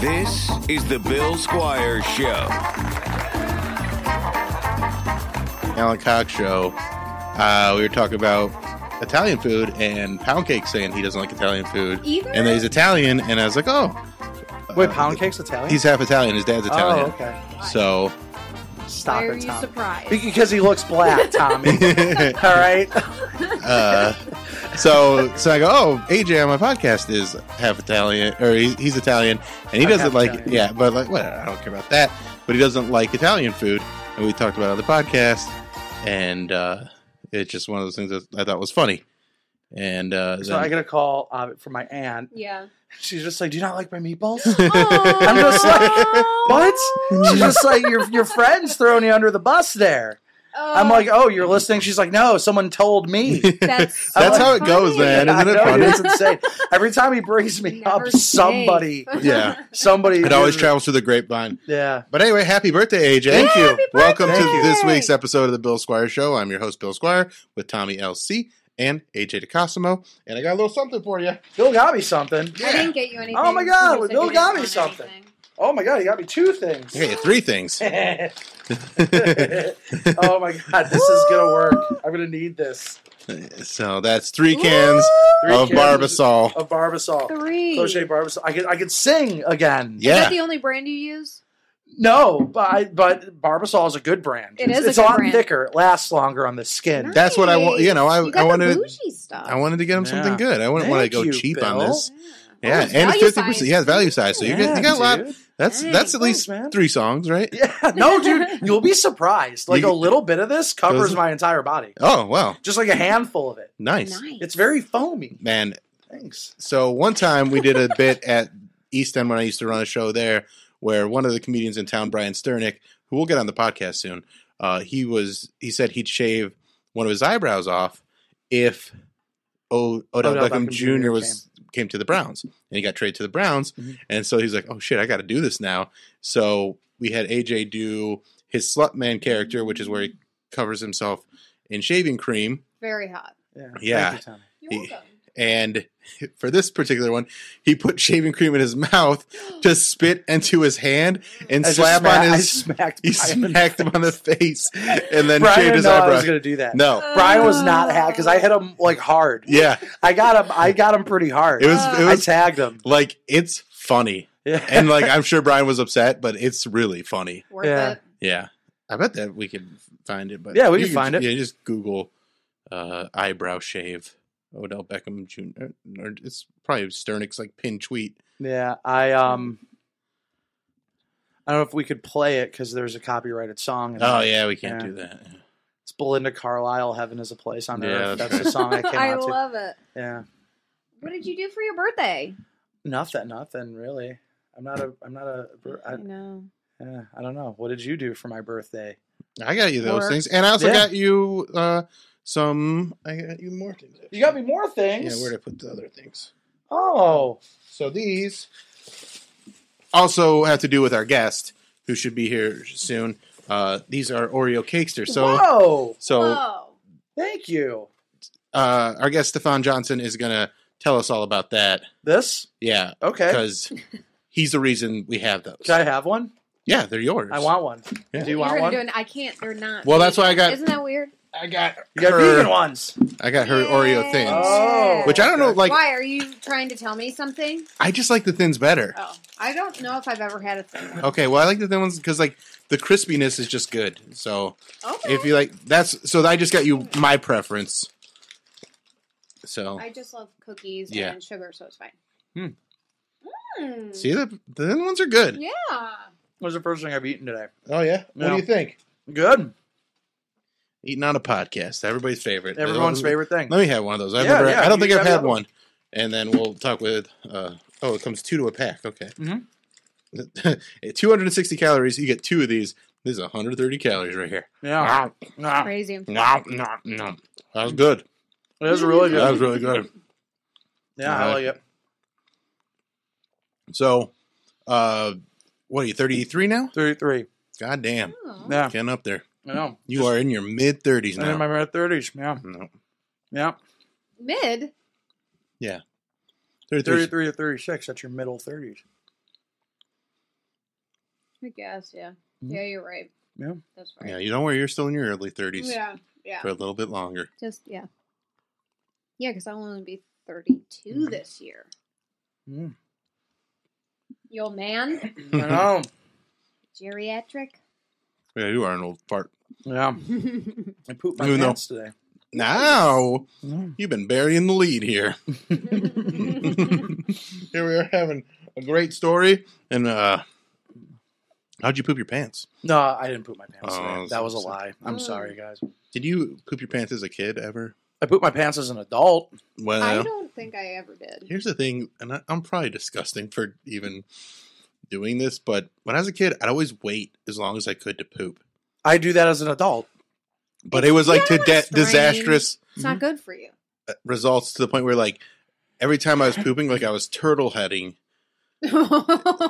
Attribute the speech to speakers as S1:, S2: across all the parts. S1: This is the Bill Squire Show.
S2: Alan Cox show, uh, we were talking about Italian food and Pound Cake saying he doesn't like Italian food.
S3: Either?
S2: And that he's Italian, and I was like, oh, Uh,
S4: Wait, pound cake's Italian.
S2: he's half Italian. His dad's
S4: oh,
S2: Italian.
S4: okay.
S2: So,
S4: Stop
S3: Why are
S4: it,
S3: you
S4: Tom.
S3: surprised?
S4: Be- Because he looks black, Tommy. All right.
S2: uh, so, so I go, oh, AJ on my podcast is half Italian, or he, he's Italian, and he
S4: I'm
S2: doesn't
S4: half
S2: like,
S4: Italian.
S2: yeah, but like, whatever, I don't care about that. But he doesn't like Italian food, and we talked about it on the podcast, and uh, it's just one of those things that I thought was funny. And uh,
S4: So
S2: then-
S4: I get a call uh, from my aunt.
S3: Yeah.
S4: She's just like, "Do you not like my meatballs?"
S3: I'm
S4: just like, what? She's just like, "Your your friend's throwing you under the bus there." I'm like, "Oh, you're listening?" She's like, "No, someone told me."
S3: that's,
S2: That's
S4: how
S2: it goes, man.
S4: I
S2: Isn't it
S4: know,
S2: funny?
S4: It's insane. Every time he brings me
S3: Never
S4: up,
S3: safe.
S4: somebody,
S2: yeah,
S4: somebody.
S2: it always travels through the grapevine.
S4: Yeah.
S2: But anyway, happy birthday, AJ.
S4: Thank you.
S2: Welcome
S4: Thank
S2: to
S4: you.
S2: this week's episode of the Bill Squire Show. I'm your host, Bill Squire, with Tommy LC and AJ DeCosimo. And I got a little something for you.
S4: Bill got me something.
S3: I didn't get you anything.
S4: Oh my God,
S3: You said
S4: Bill
S3: you didn't
S4: got me
S3: want
S4: something.
S3: anything.
S4: Oh my god, he got me two things.
S2: I got you three things.
S4: oh my god, this is gonna work. I'm gonna need this.
S2: so that's three cans
S4: Three
S2: of
S4: cans
S2: Barbasol.
S4: Of Barbasol.
S3: Three.
S4: Crochet Barbasol. I could I could sing again.
S3: Is that
S2: Yeah.
S3: the only brand you use?
S4: No, but I, but Barbasol is a good brand.
S3: It is
S4: It's,
S3: a
S4: a
S3: good
S4: lot
S3: brand.
S4: thicker. It lasts longer on the skin.
S2: That's what I want- you know, I-
S3: You got
S2: I wanted-
S3: the bougie stuff.
S2: I wanted to get him something
S4: Yeah.
S2: good. I wouldn't want to
S4: Thank
S2: go
S4: you,
S2: cheap on
S4: Bill.
S2: this. Yeah,
S3: Yeah. Oh,
S2: and it's
S3: it's value
S2: fifty percent.
S3: size.
S2: Yeah, it's value size. So you
S4: Yeah,
S2: got you got a lot.
S4: dude.
S2: That's
S3: Dang,
S2: that's at
S4: thanks,
S2: least
S4: man.
S2: three songs, right?
S4: Yeah, no, dude, you'll be surprised. Like
S2: You-
S4: a little bit of this covers
S2: Does it?
S4: my entire body,
S2: Oh wow,
S4: just like a handful of it.
S2: nice
S4: It's very foamy.
S2: man.
S4: Thanks.
S2: So one time we did a bit at East End when I used to run a show there, where one of the comedians in town, Brian Sternick, who we'll get on the podcast soon, uh, he was he said he'd shave one of his eyebrows off if o- Odell,
S4: Odell
S2: Beckham,
S4: Beckham
S2: Jr.
S4: Jr.
S2: was came. to the Browns and he got traded to the Browns,
S4: Mhm.
S2: and so he's like, oh shit, I got to do this now. So we had AJ do his slut man character, which is where he covers himself in shaving cream.
S3: Very hot.
S4: Yeah.
S2: Yeah.
S4: Thank you, Tommy.
S3: You're
S2: Yeah.
S3: welcome.
S2: And for this particular one, he put shaving cream in his mouth to spit into his hand and
S4: I just
S2: slap
S4: sma-
S2: on
S4: I
S2: his.
S4: smacked.
S2: He
S4: Brian in the
S2: smacked him on the face and then
S4: Brian
S2: shaved
S4: didn't
S2: his
S4: know I
S2: eyebrow.
S4: was gonna do that.
S2: No,
S4: Oh, Brian was not hacked because
S3: Oh.
S4: I hit him like hard.
S2: yeah,
S4: I got him. I got him pretty hard.
S2: it was. It
S4: Uh, I
S2: was
S4: tagged him.
S2: like it's funny,
S4: Yeah.
S2: and like I'm sure Brian was upset, but it's really funny.
S3: Worth
S4: Yeah.
S3: it.
S2: Yeah, I bet that we could find it. But
S4: Yeah, we
S2: you
S4: can find it.
S2: Yeah, just Google uh, eyebrow shave Odell Beckham Jr. Or it's probably Sternick's like pin tweet.
S4: yeah. I um. I don't know if we could play it because there's a copyrighted song. in
S2: Oh
S4: it.
S2: yeah, we can't
S4: Yeah.
S2: do that.
S4: It's Belinda Carlisle. Heaven is a place on
S2: Yeah,
S4: earth.
S2: that's
S4: That's the song Oh, I came
S3: I
S4: out to.
S3: love it.
S4: Yeah.
S3: What did you do for your birthday?
S4: Nothing. Nothing really. I'm not a. I'm not a. I,
S3: know.
S4: yeah, I don't know. What did you do for my birthday?
S2: I got you those
S3: Or-
S2: things, and I also
S4: Yeah.
S2: got you uh, some. I got you more things.
S4: You got me more
S2: Yeah,
S4: things.
S2: where did I put the other things?
S4: oh,
S2: So these also have to do with our guest, who should be here soon. Uh, these are Oreo cakes. They're so
S4: whoa!
S2: so.
S3: Whoa.
S4: Thank you.
S2: Uh, our guest Stefan Johnson is gonna tell us all about that.
S4: This
S2: Yeah,
S4: okay?
S2: because he's the reason we have those.
S4: Can I have one?
S2: Yeah, they're yours.
S4: I want one.
S2: Yeah.
S4: Do you
S3: You're
S4: want
S3: gonna
S4: one?
S3: do an- I can't. They're not.
S2: Well, that's why I got-
S3: Isn't that weird?
S2: I got.
S4: You got
S2: her,
S4: vegan ones.
S2: I got her Oreo things,
S4: Oh.
S2: which I don't know. Like,
S3: Why are you trying to tell me something?
S2: I just like the thins better.
S3: Oh, I don't know if I've ever had a thing. like-
S2: Okay, well, I like the thin ones because like the crispiness is just good. So
S3: Okay.
S2: Oh, if you like, that's so I just got you my preference. So
S3: I just love cookies
S2: Yeah.
S3: and sugar, so it's fine.
S4: Hmm.
S3: Mm.
S2: see the the thin ones are good.
S3: Yeah.
S4: What was the first thing I've eaten today?
S2: Oh yeah,
S4: No.
S2: think?
S4: Good.
S2: Eating on a podcast, everybody's favorite.
S4: Everyone's
S2: Let me-
S4: favorite thing.
S2: Let me have one of those. I've
S4: Yeah,
S2: never,
S4: yeah,
S2: I don't
S4: you
S2: think I've
S4: grab the
S2: had
S4: other
S2: one. And then we'll talk with. Uh, oh, it comes two to a pack. Okay.
S4: Mhm. Mm-hmm.
S2: At 260 calories. You get two of these. This is 130 calories right here.
S4: Yeah,
S3: Crazy.
S2: No, no, no. That was good.
S4: it was really
S2: That was
S4: good.
S2: really good.
S4: Yeah, I like it.
S2: So, uh, what are you, 33 now?
S4: Thirty-three.
S2: God damn.
S3: Oh.
S4: Yeah,
S2: Getting up there.
S4: I know.
S2: You are in your mid 30s
S4: I'm in my
S2: now.
S4: mid thirties. Yeah,
S2: No.
S4: yeah.
S3: Mid.
S2: 33.
S4: Thirty-three to thirty-six. That's your middle thirties.
S3: I guess. Yeah.
S4: Mhm.
S3: Yeah, you're right.
S4: Yeah.
S3: That's
S2: Hmm. Yeah,
S3: right.
S2: you don't worry. You're still in your early 30s
S3: Yeah. Yeah.
S2: for a little bit longer.
S3: Just yeah. Yeah, because I want to be 32
S2: Hmm.
S4: Mhm.
S3: this year.
S4: Mm.
S3: You old man,
S4: I know.
S3: geriatric.
S2: Yeah, you are an old fart.
S4: Yeah, I pooped my
S2: Who knows?
S4: pants today.
S2: Now,
S4: Mm.
S2: you've been burying the lead here. here we are having a great story. And uh, how'd you poop your pants?
S4: No, I didn't poop my pants
S2: Oh,
S4: today.
S2: that's
S4: That was a
S2: upset.
S4: lie. I'm
S3: Mm.
S4: sorry, guys.
S2: Did you poop your pants as a kid ever?
S4: I pooped my pants as an adult.
S3: I
S2: Well,
S3: don't think I ever did.
S2: Here's the thing, and I, I'm probably disgusting for even doing this, but when I was a kid, I'd always wait as long as I could to poop.
S4: I do that as an adult.
S2: But it was like to
S3: Yeah, that's
S2: de-
S3: strange.
S2: disastrous
S3: It's not good for you.
S2: uh, results to the point where, like, every time I was pooping, like I was turtle heading,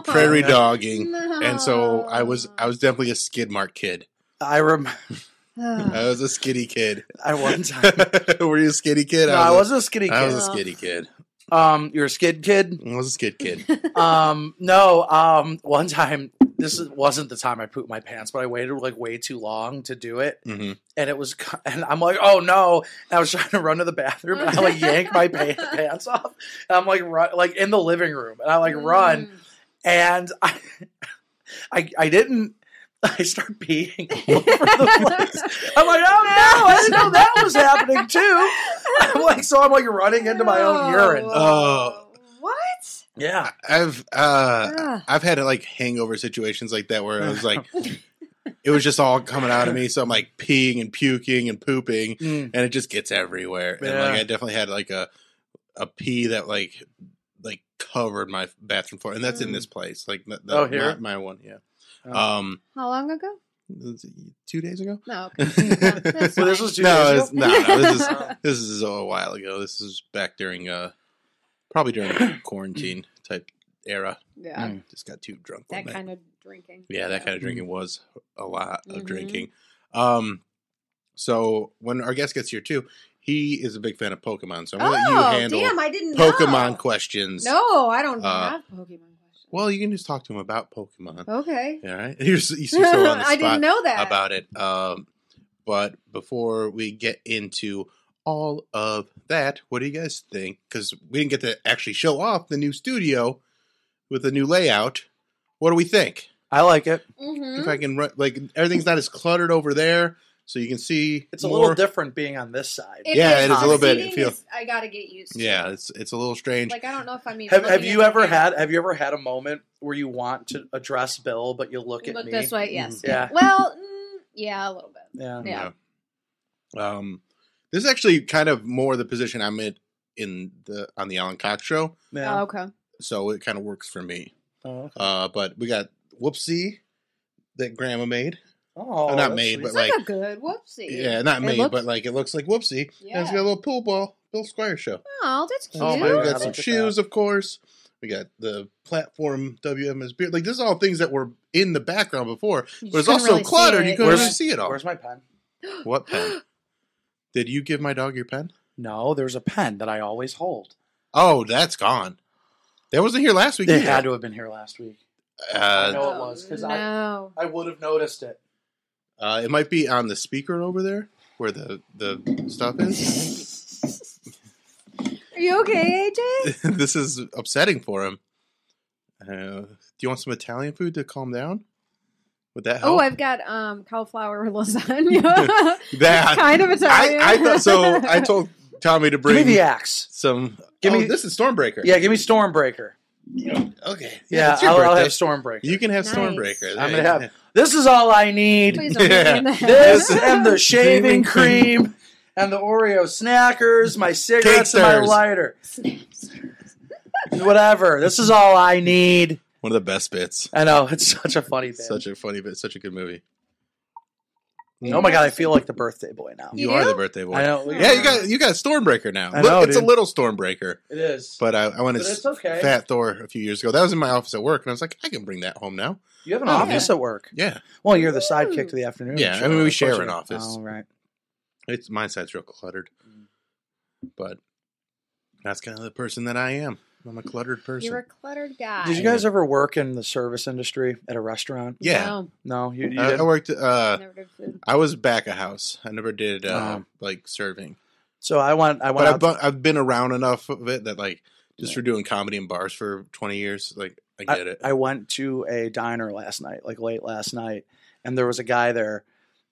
S2: prairie
S4: yeah.
S2: dogging, and so I was I was definitely a skid mark kid.
S4: I rem.
S3: was.
S2: I was a skiddy kid.
S4: I one time.
S2: Were you a skiddy kid?
S4: no, I wasn't a skinny
S2: A,
S4: kid.
S2: I was a skiddy kid.
S4: um, you're a skid kid.
S2: I was a skid kid.
S4: Um, no. Um, one time. This is, wasn't the time I pooped my pants, but I waited like way too long to do it,
S2: hmm
S4: and it was. co- And I'm like, oh no! And I was trying to run to the bathroom, and I like yank my pa- pants off, and I'm like, run, like in the living room, and I like run,
S3: Mm.
S4: and I, I, I didn't. I start peeing all over the
S3: Mm.
S4: place. I'm like, oh no, I didn't know that was happening too. I'm like, so I'm like running into my own urine.
S2: Oh.
S3: What?
S4: Yeah,
S2: I've uh,
S3: Ugh.
S2: I've had like hangover situations like that where I was like, it was just all coming out of me. So I'm like peeing and puking and pooping,
S4: Mm.
S2: and it just gets everywhere. And
S4: Yeah.
S2: like I definitely had like a a pee that like like covered my bathroom floor, and that's in
S3: Mm.
S2: this place, like th- th-
S4: Oh, here?
S2: not my one, yeah.
S4: Oh.
S2: Um,
S3: How long ago?
S2: two days ago.
S3: No. Okay. Yeah, that's
S4: Well, this
S3: fine.
S4: was two
S2: No,
S4: days
S2: it's,
S4: ago?
S2: no, no, this is
S4: Oh.
S2: this is a while ago. This is back during uh, probably during quarantine type era.
S3: yeah.
S4: Mm.
S2: Just got too drunk. one
S3: Hmm. That Mm-hmm.
S2: night.
S3: kind of drinking.
S2: Yeah, that kind of drinking was a lot of
S3: Mhm.
S2: drinking. Um, so when our guest gets here too, he is a big fan of Pokemon. So I'm gonna
S3: oh,
S2: let you handle
S3: damn! I didn't
S2: Pokemon
S3: know.
S2: questions.
S3: No, I don't
S2: Uh,
S3: have Pokemon questions.
S2: Well, you can just talk to him about Pokemon.
S3: Okay.
S2: All right, you're, s- you're so on the
S3: Oh. I didn't
S2: spot
S3: know that.
S2: about it. Um, but before we get into all of that, what do you guys think? Because we didn't get to actually show off the new studio with the new layout. What do we think?
S4: I like it.
S3: Mhm.
S2: if I can run, like everything's not as cluttered over there, so you can see.
S4: It's a
S2: more.
S4: little different being on this side.
S3: It
S2: Yeah, it
S4: is a
S3: the
S4: little
S2: bit, it
S3: seating
S2: feels-
S3: is- I gotta get used. to.
S2: Yeah, it's it's a little strange.
S3: Like I don't know if I'm even.
S4: have
S3: looking
S4: Have
S3: at
S4: you
S3: the
S4: ever
S3: camera.
S4: had Have you ever had a moment where you want to address Bill, but you look at
S3: Look
S4: me?
S3: this way. Yes.
S4: Yeah.
S3: Well, mm, yeah, a little bit.
S4: Yeah.
S3: Yeah.
S2: Um, this is actually kind of more the position I'm in in the on the Alan Cox show,
S4: Yeah.
S3: Oh, okay.
S2: so it kind of works for me.
S4: Oh, okay.
S2: Uh, but we got whoopsie that Grandma made.
S4: Oh,
S2: not
S4: that's
S2: made,
S4: sweet.
S2: but
S3: It's
S2: like-
S3: like, a good whoopsie.
S2: Yeah, not
S3: It
S2: made,
S3: looks-
S2: but like it looks like whoopsie. And it's
S3: Yeah.
S2: got a little pool ball, Bill Squire show.
S3: Oh, that's cute.
S2: Oh,
S4: Yeah.
S2: man, we
S4: Yeah,
S2: got some
S4: look at
S2: shoes, of course. We got the platform WMS beer. Like this is all things that were in the background before.
S3: You
S2: But it's
S3: couldn't
S2: also
S3: really see
S2: cluttered. You
S3: it,
S2: couldn't
S4: Where's-
S2: really see it all.
S4: Where's my pen?
S2: What pen? Did you give my dog your pen?
S4: No, there's a pen that I always hold.
S2: Oh, that's gone. That wasn't here last week.
S4: It
S2: either.
S4: had to have been here last week.
S3: yeah.
S2: Uh,
S4: No, it was, 'cause I-
S3: No.
S4: I would have noticed it.
S2: uh, it might be on the speaker over there where the, the stuff is.
S3: Are you okay, AJ?
S2: this is upsetting for him. Uh, do you want some Italian food to calm down? Would that help?
S3: Oh, I've got um cauliflower lasagna.
S2: that
S3: kind of Italian.
S2: I, I thought so. I told Tommy to
S4: Give
S2: bring
S4: me the axe.
S2: some.
S4: Give
S2: oh,
S4: me-
S2: this is Stormbreaker.
S4: Yeah, give me Stormbreaker.
S2: Okay.
S4: Yeah,
S2: it's your
S4: I'll, I'll
S2: birthday.
S4: have Stormbreaker.
S2: You can have
S3: Nice.
S2: Stormbreaker.
S4: I'm
S2: There
S4: gonna have.
S2: you
S4: This is all I need.
S3: Please don't
S2: Yeah.
S3: yeah. that.
S4: This and the
S2: Shaving
S4: shaving cream and the Oreo snackers, my cigarettes and my
S2: stirs.
S4: lighter.
S3: Snaps.
S4: Whatever. This is all I need.
S2: One of the best bits.
S4: I know it's such a funny thing.
S2: Such a funny bit. Such a good movie.
S4: oh my god, I feel like the birthday boy now.
S3: You
S2: You, are
S3: do?
S2: the birthday boy.
S4: I know.
S2: Yeah, you got you got Stormbreaker now.
S4: I
S2: Look,
S4: know,
S2: it's a
S4: dude.
S2: little Stormbreaker.
S4: It is.
S2: But I, I went
S4: But
S2: to
S4: it's okay.
S2: Fat Thor a few years ago. That was in my office at work, and I was like, I can bring that home now.
S4: you have an
S3: Oh, yeah.
S4: office at work.
S2: Yeah,
S4: Well, you're the sidekick to the afternoon.
S2: Yeah, I
S4: show,
S2: mean, we
S4: of
S2: share
S4: course
S2: an
S4: you are.
S2: office.
S4: Oh, right.
S2: it's my side's real cluttered,
S4: Mm.
S2: but that's kind of the person that I am. I'm a cluttered person.
S3: You're a cluttered guy.
S4: Did you guys ever work in the service industry at a restaurant?
S2: yeah,
S3: No,
S4: No, you, you
S2: I,
S4: didn't.
S2: I worked. Uh,
S3: Oh, never did food.
S2: I was back a house. I never did uh,
S4: Oh.
S2: like serving,
S4: so I went. I
S2: but
S4: went.
S2: I've
S4: Out
S2: bu- I've been around enough of it that like just for doing comedy in bars for 20 years, like I
S4: I-
S2: get it.
S4: I went to a diner last night, like late last night, and there was a guy there,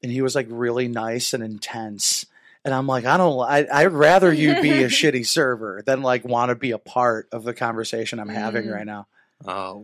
S4: and he was like really nice and intense. And I'm like, I don't. I, I'd rather you be a shitty server than like want to be a part of the conversation I'm having
S3: Mm.
S4: right now.
S2: Uh,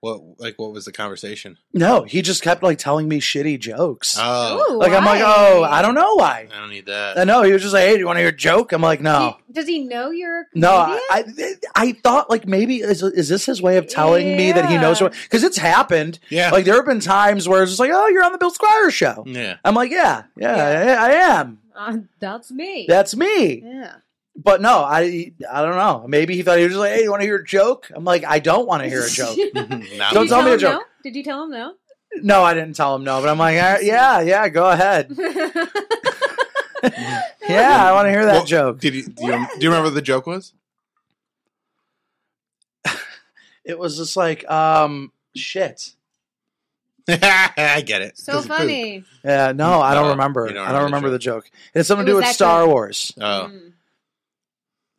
S2: what like what was the conversation?
S4: No, he just kept like telling me shitty jokes.
S2: Oh,
S3: Ooh,
S4: like I'm like,
S3: why?
S4: oh, I don't know why.
S2: I don't need that.
S4: I know he was just like, hey, do you want to hear a joke? I'm like, no.
S3: He- does he know you're a
S4: No,
S3: comedian?
S4: I, I I thought like maybe is is this his way of telling me that he knows
S3: Yeah.
S4: what? Because it's happened.
S2: yeah,
S4: Like there have been times where it's just like, oh, you're on the Bill Squire show.
S2: yeah.
S4: I'm like, yeah, yeah, I, I am.
S3: Uh, that's me.
S4: That's me.
S3: yeah.
S4: But no, I I don't know. Maybe he thought he was just like, hey, you want to hear a joke? I'm like, I don't want to hear a joke.
S3: Did
S2: Now
S4: Don't
S3: you
S2: we-
S4: tell me a
S3: him
S4: joke.
S3: No? Did you tell him no?
S4: no, I didn't tell him no. But I'm like, "Ah, yeah, yeah, go ahead. Yeah, I want to hear that
S2: Well,
S4: joke.
S2: Did you, do, you, do you remember what the joke was?
S4: It was just like, um, shit.
S2: I get it.
S3: so
S2: 'Cause of poop.
S3: funny.
S4: Yeah, no, I don't
S2: No,
S4: remember.
S2: you don't
S4: Uh, I don't
S2: remember
S4: remember
S2: the
S4: the joke. It had something
S3: It
S4: to do
S3: was
S4: with
S3: that
S4: Star
S3: joke.
S4: Wars.
S2: Oh,
S3: Mm.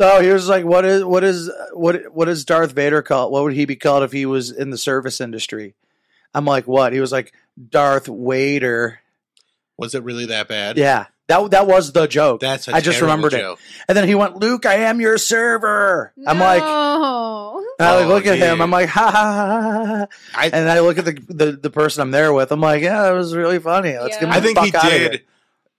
S4: Oh, he was like, "What is what is what what is Darth Vader called? What would he be called if he was in the service industry?" I'm like, "What?" He was like, "Darth Wader."
S2: was it really that bad?
S4: Yeah, that that was the joke.
S2: that's. I
S4: I just remembered it. And then he went, "Luke, I am your server." I'm like, and
S3: No.
S4: I like
S2: Oh,
S4: look at him.
S2: dude.
S4: I'm like, "Ha ha ha!" ha, ha."
S2: I-
S4: and I look at the, the the person I'm there with. I'm like, "Yeah, that was really funny. Let's
S3: Yeah.
S4: get him
S2: I
S4: the
S2: think
S4: fuck
S2: he
S4: out of
S2: did.
S4: here."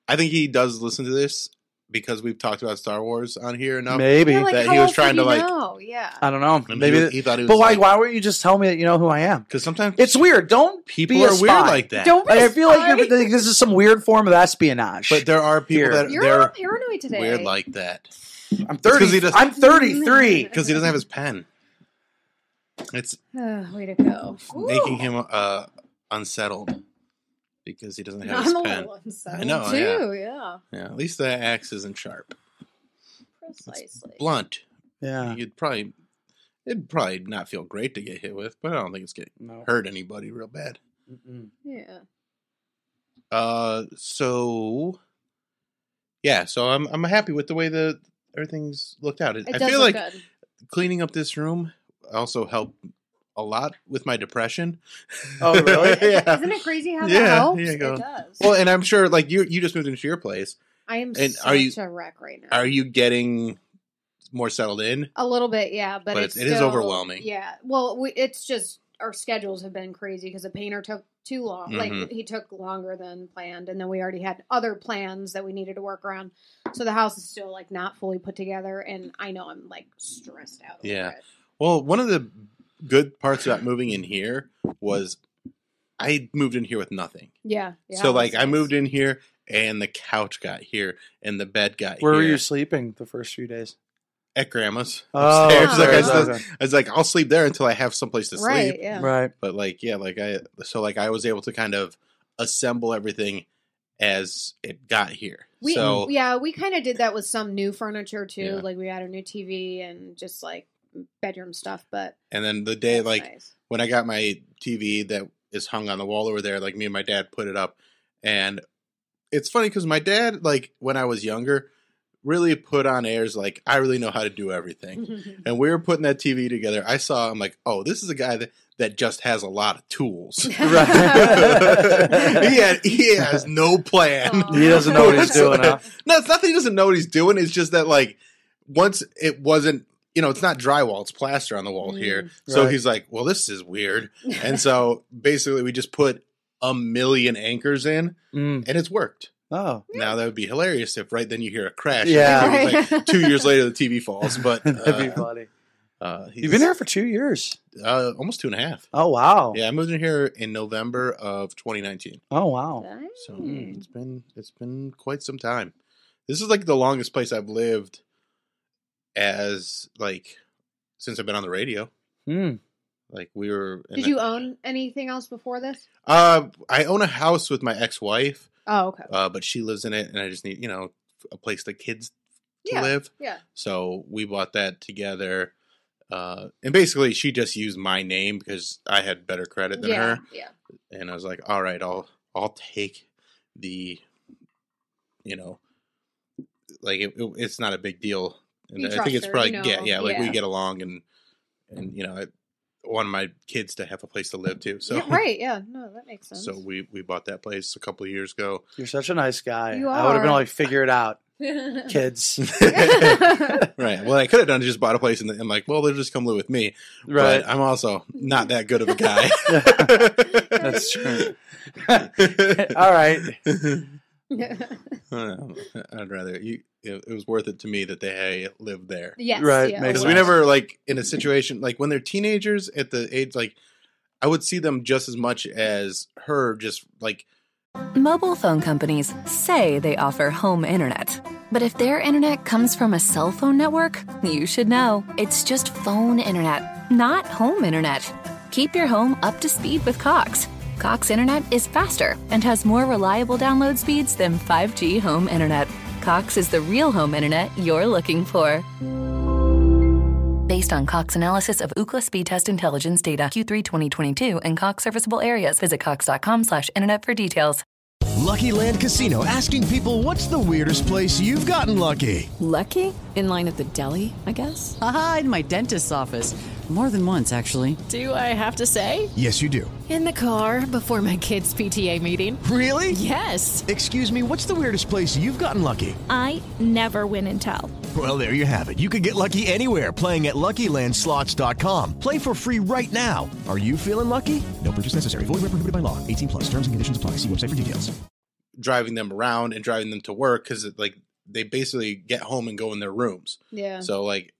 S2: I think he does listen to this because we've talked about Star Wars on here enough.
S4: Maybe
S3: Yeah, like,
S2: that
S3: how
S2: he was
S3: else would
S2: trying to,
S3: you
S2: like-
S3: know? Yeah.
S4: I don't know.
S2: And
S4: Maybe,
S2: he, he thought he was.
S4: but why why wouldn't you just tell me that you know who I am?
S2: Because sometimes
S4: It's weird. Don't
S2: people
S4: be a
S2: are weird
S4: spy.
S2: like that.
S3: Don't be
S4: Like, I
S3: a
S4: feel
S3: spy.
S4: like, you're, like this is some weird form of espionage.
S2: But there are people
S4: Here.
S2: that
S3: You're all
S2: uh, they're
S3: paranoid today.
S2: weird like that
S4: I'm
S2: 'cause he
S4: thirty.
S2: doesn't-
S4: I'm thirty three.
S2: because he doesn't have his pen. It's
S3: Ugh, way to go.
S2: making him uh, unsettled because he doesn't have
S3: I'm
S2: his
S3: a
S2: pen.
S3: little unsettled
S2: I know,
S3: too. Yeah.
S2: Yeah, at least the axe isn't sharp.
S3: Precisely.
S2: Blunt.
S4: Yeah.
S2: You'd probably it'd probably not feel great to get hit with, but I don't think it's gonna
S4: No.
S2: hurt anybody real bad.
S3: Yeah.
S2: Uh, so yeah, so I'm I'm happy with the way that everything's looked out.
S3: It
S2: I
S3: does
S2: feel like
S3: look good.
S2: cleaning up this room also helped a lot with my depression.
S4: Oh, really?
S2: yeah.
S3: Isn't it crazy how
S2: Yeah,
S3: that helps?
S2: yeah, go.
S3: It does.
S2: Well, and I'm sure like you you just moved into your place.
S3: I am
S2: and
S3: such
S2: are you-
S3: a wreck right now.
S2: Are you getting more settled in?
S3: A little bit, yeah, but,
S2: But
S3: it's
S2: it is
S3: still-
S2: overwhelming.
S3: Yeah, well, we, it's just our schedules have been crazy because the painter took too long. Like
S2: Mhm.
S3: he took longer than planned, and then we already had other plans that we needed to work around. So the house is still like not fully put together, and I know I'm like stressed out. over
S2: Yeah.
S3: it.
S2: Well, one of the good parts about moving in here was I moved in here with nothing.
S3: yeah, yeah.
S2: so like I moved in here and the couch got here and the bed got
S4: Where
S2: here.
S4: were you sleeping the first few days?
S2: At grandma's
S4: Oh,
S2: upstairs. like, I,
S3: okay,
S2: was,
S4: okay.
S2: I was like, I'll sleep there until I have someplace to
S3: right,
S2: sleep.
S3: yeah,
S4: Right.
S2: But like, yeah, like I so like I was able to kind of assemble everything as it got here.
S3: We
S2: so
S3: yeah, we kind of did that with some new furniture too.
S2: Yeah.
S3: Like we had a new TV and just like bedroom stuff, but
S2: and then the day
S3: that's
S2: like
S3: nice.
S2: when I got my TV that is hung on the wall over there, like me and my dad put it up. And it's funny because my dad, like when I was younger, really put on airs like, I really know how to do everything.
S3: Mm-hmm.
S2: And we were putting that TV together. I saw, I'm like, oh, this is a guy that, that just has a lot of tools. he,
S4: Right.
S2: had, he has no plan.
S3: Aw.
S4: He doesn't know what he's doing. Huh?
S2: No, it's not that he doesn't know what he's doing. It's just that like once it wasn't, you know, it's not drywall; it's plaster on the wall here.
S3: Mm.
S2: So
S4: Right.
S2: he's like, "Well, this is weird," and so basically we just put a million anchors in,
S4: Mm.
S2: and it's worked.
S4: Oh,
S2: Now that would be hilarious if right then you hear a crash. and
S4: Yeah.
S2: it's like,
S3: Right.
S2: two years later, the TV falls. But
S4: that'd be
S2: uh,
S4: funny.
S2: uh, he's-
S4: You've been here for two years.
S2: uh, almost two and a half.
S4: Oh wow.
S2: Yeah, I moved in here in November of 2019.
S4: Oh wow.
S2: So hmm.
S3: Mm.
S2: it's been it's been quite some time. This is like the longest place I've lived as like since I've been on the radio.
S4: Mm.
S2: Like we were.
S3: Did you own anything else before this?
S2: Uh, I own a house with my ex-wife,
S3: Oh, okay.
S2: uh, but she lives in it, and I just need you know a place the kids to
S3: Yeah.
S2: live.
S3: Yeah.
S2: So we bought that together. Uh, and basically, she just used my name because I had better credit than
S3: yeah.
S2: her,
S3: Yeah.
S2: and I was like, "All right, I'll I'll take the, you know, like it, it- it's not a big deal." And
S3: You
S2: I think
S3: trust
S2: it's
S3: her,
S2: probably
S3: you
S2: yeah,
S3: know,
S2: yeah, like we
S3: yeah.
S2: get along, and and you know, I want my kids to have a place to live too. So
S3: Yeah, right. Yeah. No, that makes sense.
S2: so we we bought that place a couple of years ago.
S4: You're such a nice guy.
S3: You
S4: I would have been
S3: are.
S4: like, figure it out, kids.
S2: right. Well, I could have done just bought a place and I'm like, well, they'll just come live with me.
S4: right.
S2: But uh, I'm also not that good of a guy.
S4: That's true. uh, All right.
S2: Um, I'd rather you. It, it was worth it to me that they lived there.
S3: yes.
S4: Right,
S3: Yeah,
S4: makes
S2: Because
S3: it
S2: we
S4: sense.
S3: was.
S2: never like in a situation like when they're teenagers at the age like I would see them just as much as her, just like
S5: Mobile phone companies say they offer home internet. But if their internet comes from a cell phone network, you should know. It's just phone internet, not home internet. Keep your home up to speed with Cox. Cox internet is faster and has more reliable download speeds than 5G home internet. Cox is the real home internet you're looking for. Based on Cox analysis of Ookla speed test intelligence data Q3 2022 and Cox serviceable areas, visit cox.com/internet slash internet for details.
S6: Lucky Land Casino asking people what's the weirdest place you've gotten lucky?
S7: Lucky? In line at the deli, I guess?
S8: Aha, Ah, in my dentist's office. More than once, actually.
S7: Do I have to say?
S6: Yes, you do.
S7: In the car before my kids' PTA meeting.
S6: Really?
S7: Yes.
S6: Excuse me, what's the weirdest place you've gotten lucky?
S9: I never win and tell.
S6: Well, there you have it. You can get lucky anywhere playing at LuckyLandSlots.com. Play for free right now. Are you feeling lucky? No purchase necessary. Void where prohibited by law. 18 plus. Terms and conditions apply. See website for details.
S2: driving them around and driving them to work because like they basically get home and go in their rooms.
S3: Yeah.
S2: So like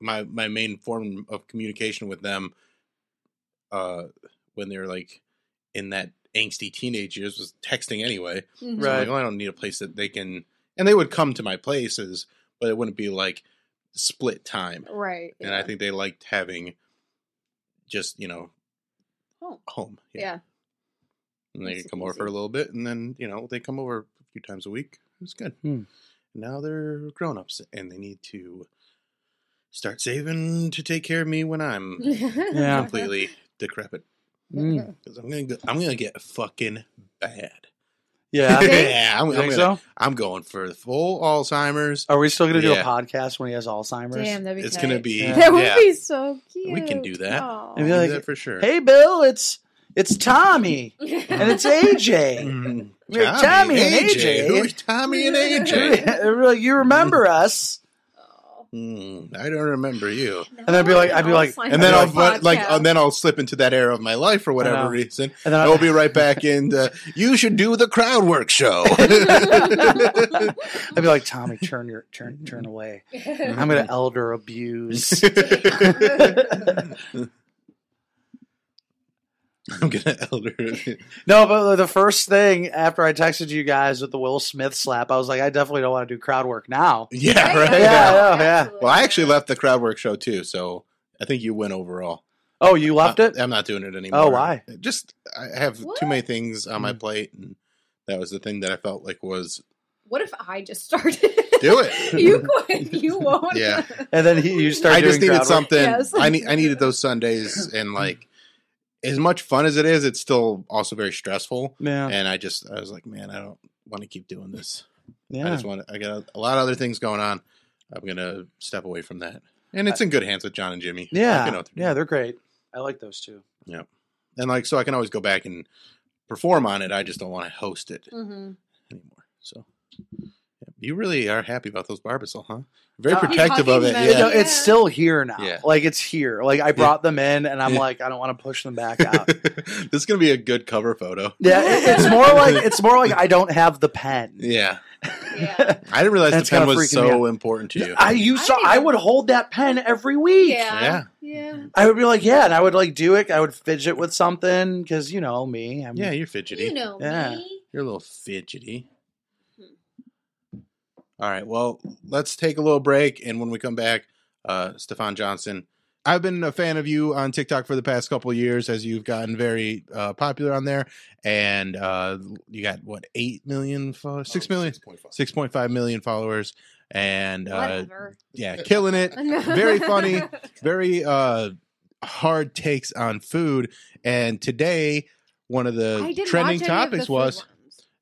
S2: my my main form of communication with them uh when they're like in that angsty teenage years was texting anyway.
S3: Mhm.
S2: So I'm
S4: Right.
S2: like, oh, I don't need a place that they can and they would come to my places, but it wouldn't be like split time.
S3: Right.
S2: And I think they liked having just, you know,
S3: Home.
S2: home.
S3: Yeah.
S2: And they
S3: Makes
S2: could
S3: it
S2: come over for a
S3: easy.
S2: little bit, and then you know they come over a few times a week. It's good.
S4: Hmm.
S2: Now they're grown ups, and they need to start saving to take care of me when I'm
S4: Yeah.
S2: completely decrepit.
S4: Mm.
S2: Because I'm gonna, go, I'm gonna get fucking bad.
S4: Yeah.
S2: yeah, I'm,
S4: You
S2: I'm
S4: think
S2: gonna,
S4: so?
S2: I'm going for the full Alzheimer's.
S4: Are we still going to do
S2: Yeah.
S4: a podcast when he has Alzheimer's?
S3: Damn, that'd be
S2: It's gonna
S3: tight.
S2: be
S4: Yeah.
S2: yeah.
S3: That would be so cute.
S2: We can do that.
S3: Aw.
S2: We'll
S4: Maybe like-
S2: do that for sure.
S4: Hey, Bill, it's it's Tommy and it's AJ.
S2: Mm,
S4: We're Tommy and AJ.
S2: Who's Tommy and AJ?
S4: you remember
S2: Mm-hmm.
S4: us?
S2: Mm, I don't remember you.
S4: And I'd be like, I'd be like,
S2: and then
S4: Another
S2: I'll but, like, and then I'll slip into that era of my life for
S4: I know.
S2: whatever reason.
S4: And then
S2: I
S4: I-
S2: will be right back in. Uh, you should do the crowd work show.
S4: I'd be like, Tommy, turn your turn turn away. I'm
S2: Mm-hmm.
S4: gonna elder abuse.
S2: I'm gonna elder.
S4: no, but the first thing after I texted you guys with the Will Smith slap, I was like, I definitely don't want to do crowd work now.
S2: yeah, right.
S4: Yeah, yeah, yeah.
S2: Well, I actually left the crowd work show too, so I think you win overall.
S4: Oh, you
S2: Uh,
S4: left it?
S2: I'm not doing it anymore.
S4: Oh, why? Hmm.
S2: Just I have too
S3: What?
S2: many things on my plate, and that was the thing that I felt like was
S3: What if I just started?
S2: Do it.
S3: you quit. You won't.
S2: Yeah.
S4: And then he, you started.
S2: I just
S4: doing
S2: needed
S4: crowd work.
S2: something.
S3: Yes.
S2: I need I needed those Sundays, and like as much fun as it is, it's still also very stressful.
S4: Yeah,
S2: And I just I was like, man, I don't want to keep doing this. I
S4: yeah.
S2: just want to, I got a, a lot of other things going on. I'm gonna step away from that, and it's in good hands with John and Jimmy. I can
S4: Yeah,
S2: out-
S4: yeah, they're great. I like those two.
S2: and like so, I can always go back and perform on it. I just don't want to host it
S3: Mhm.
S2: anymore. So, yeah, You really are happy about those Barbasol, huh? Very
S4: Uh,
S2: protective of it.
S3: You're
S4: You know,
S2: Yeah.
S3: talking
S4: it's still here now.
S2: Yeah.
S4: Like it's here. Like I brought them in, and I'm
S2: Yeah.
S4: like, I don't want to push them back out.
S2: this is gonna be a good cover photo.
S4: yeah, it- it's more like it's more like I don't have the pen.
S2: Yeah,
S3: Yeah.
S2: I didn't realize
S4: That's
S2: the pen
S4: kinda
S2: was
S4: freaking me
S2: so important to you.
S4: I used to.
S3: I
S4: I
S3: even-
S4: would hold that pen every week.
S3: Yeah. Yeah.
S4: I would be like, yeah, and I would like do it. I would fidget with something because you know me. I'm,
S2: yeah, you're fidgety.
S3: You know
S4: Yeah.
S3: me.
S2: You're a little fidgety.
S3: Hmm.
S2: All right. Well, let's take a little break, and when we come back, uh, Stefan Johnson. I've been a fan of you on TikTok for the past couple of years, as you've gotten very uh, popular on there, and uh, you got what eight million, fo-
S3: Oh,
S2: six million, six point five million followers, and uh,
S3: Whatever.
S2: yeah, killing it. Very funny. Very uh, hard takes on food, and today one of
S3: I
S2: the
S3: didn't
S2: trending
S3: watch any of the
S2: topics
S3: food
S2: was.
S3: ones.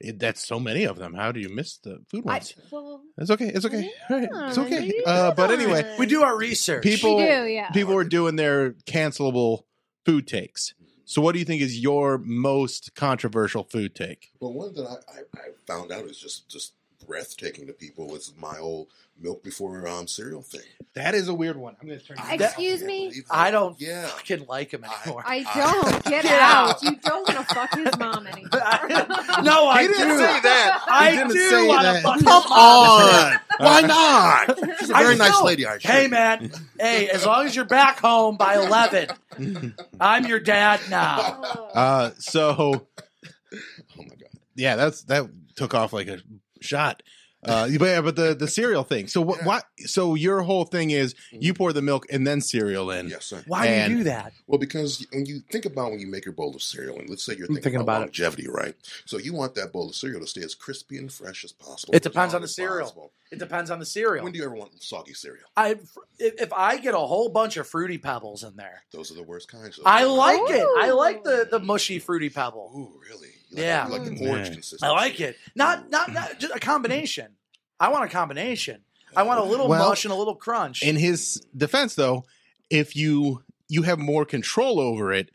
S2: It, that's so many of them. How do you miss the food
S3: I,
S2: ones?
S3: well,
S2: it's okay. It's okay. All right. It's
S3: on,
S2: okay.
S3: you
S2: Uh, but
S3: on.
S2: anyway,
S4: we do our research.
S2: people
S3: We do, yeah.
S2: people are doing their cancelable food takes. So, what do you think is your most controversial food take?
S10: Well, one that I, I, I found out is just just breathtaking to people was my old milk before um, cereal thing.
S2: That is a weird one. I'm going to turn.
S3: Excuse
S10: can't
S3: me?
S10: believe that.
S4: I don't
S10: Yeah.
S4: fucking like him anymore.
S3: I don't. Get out. You don't want to fuck his mom anymore.
S4: no, I
S2: He didn't
S4: do.
S2: say that. He
S4: I
S2: didn't
S4: do
S2: say
S4: want to
S2: that.
S4: fuck his
S10: Come
S4: mom.
S10: on, why not? She's a
S4: I
S10: very nice
S4: know.
S10: lady. I
S4: Hey
S10: assure you.
S4: man, hey, as long as you're back home by eleven, I'm your dad now.
S2: Uh, so
S10: Oh my god.
S2: yeah, that's that took off like a shot. Uh, but yeah, but the the cereal thing. So what? Why? So your whole thing is
S3: Mm-hmm.
S2: you pour the milk and then cereal in.
S10: Yes, sir.
S4: Why
S2: And-
S4: do you do that?
S10: Well, because when you think about when you make your bowl of cereal, and let's say you're thinking,
S4: thinking
S10: about,
S4: about it.
S10: longevity, right? So you want that bowl of cereal to stay as crispy and fresh as possible.
S4: It
S10: as
S4: depends
S10: long
S4: on the
S10: as
S4: cereal.
S10: possible.
S4: It depends on the cereal.
S10: When do you ever want soggy cereal?
S4: I if, if I get a whole bunch of fruity pebbles in there,
S10: Those are the worst kinds. Those
S4: I
S10: are the-
S4: like it. I like the the mushy fruity pebble.
S10: Ooh, really? You like-
S4: Yeah.
S10: you like the
S2: Mm.
S10: orange
S2: Yeah.
S10: consistency.
S4: I like it. Not not not just a combination. I want a combination. I want a little
S2: Well,
S4: mush and a little crunch.
S2: In his defense, though, if you you have more control over it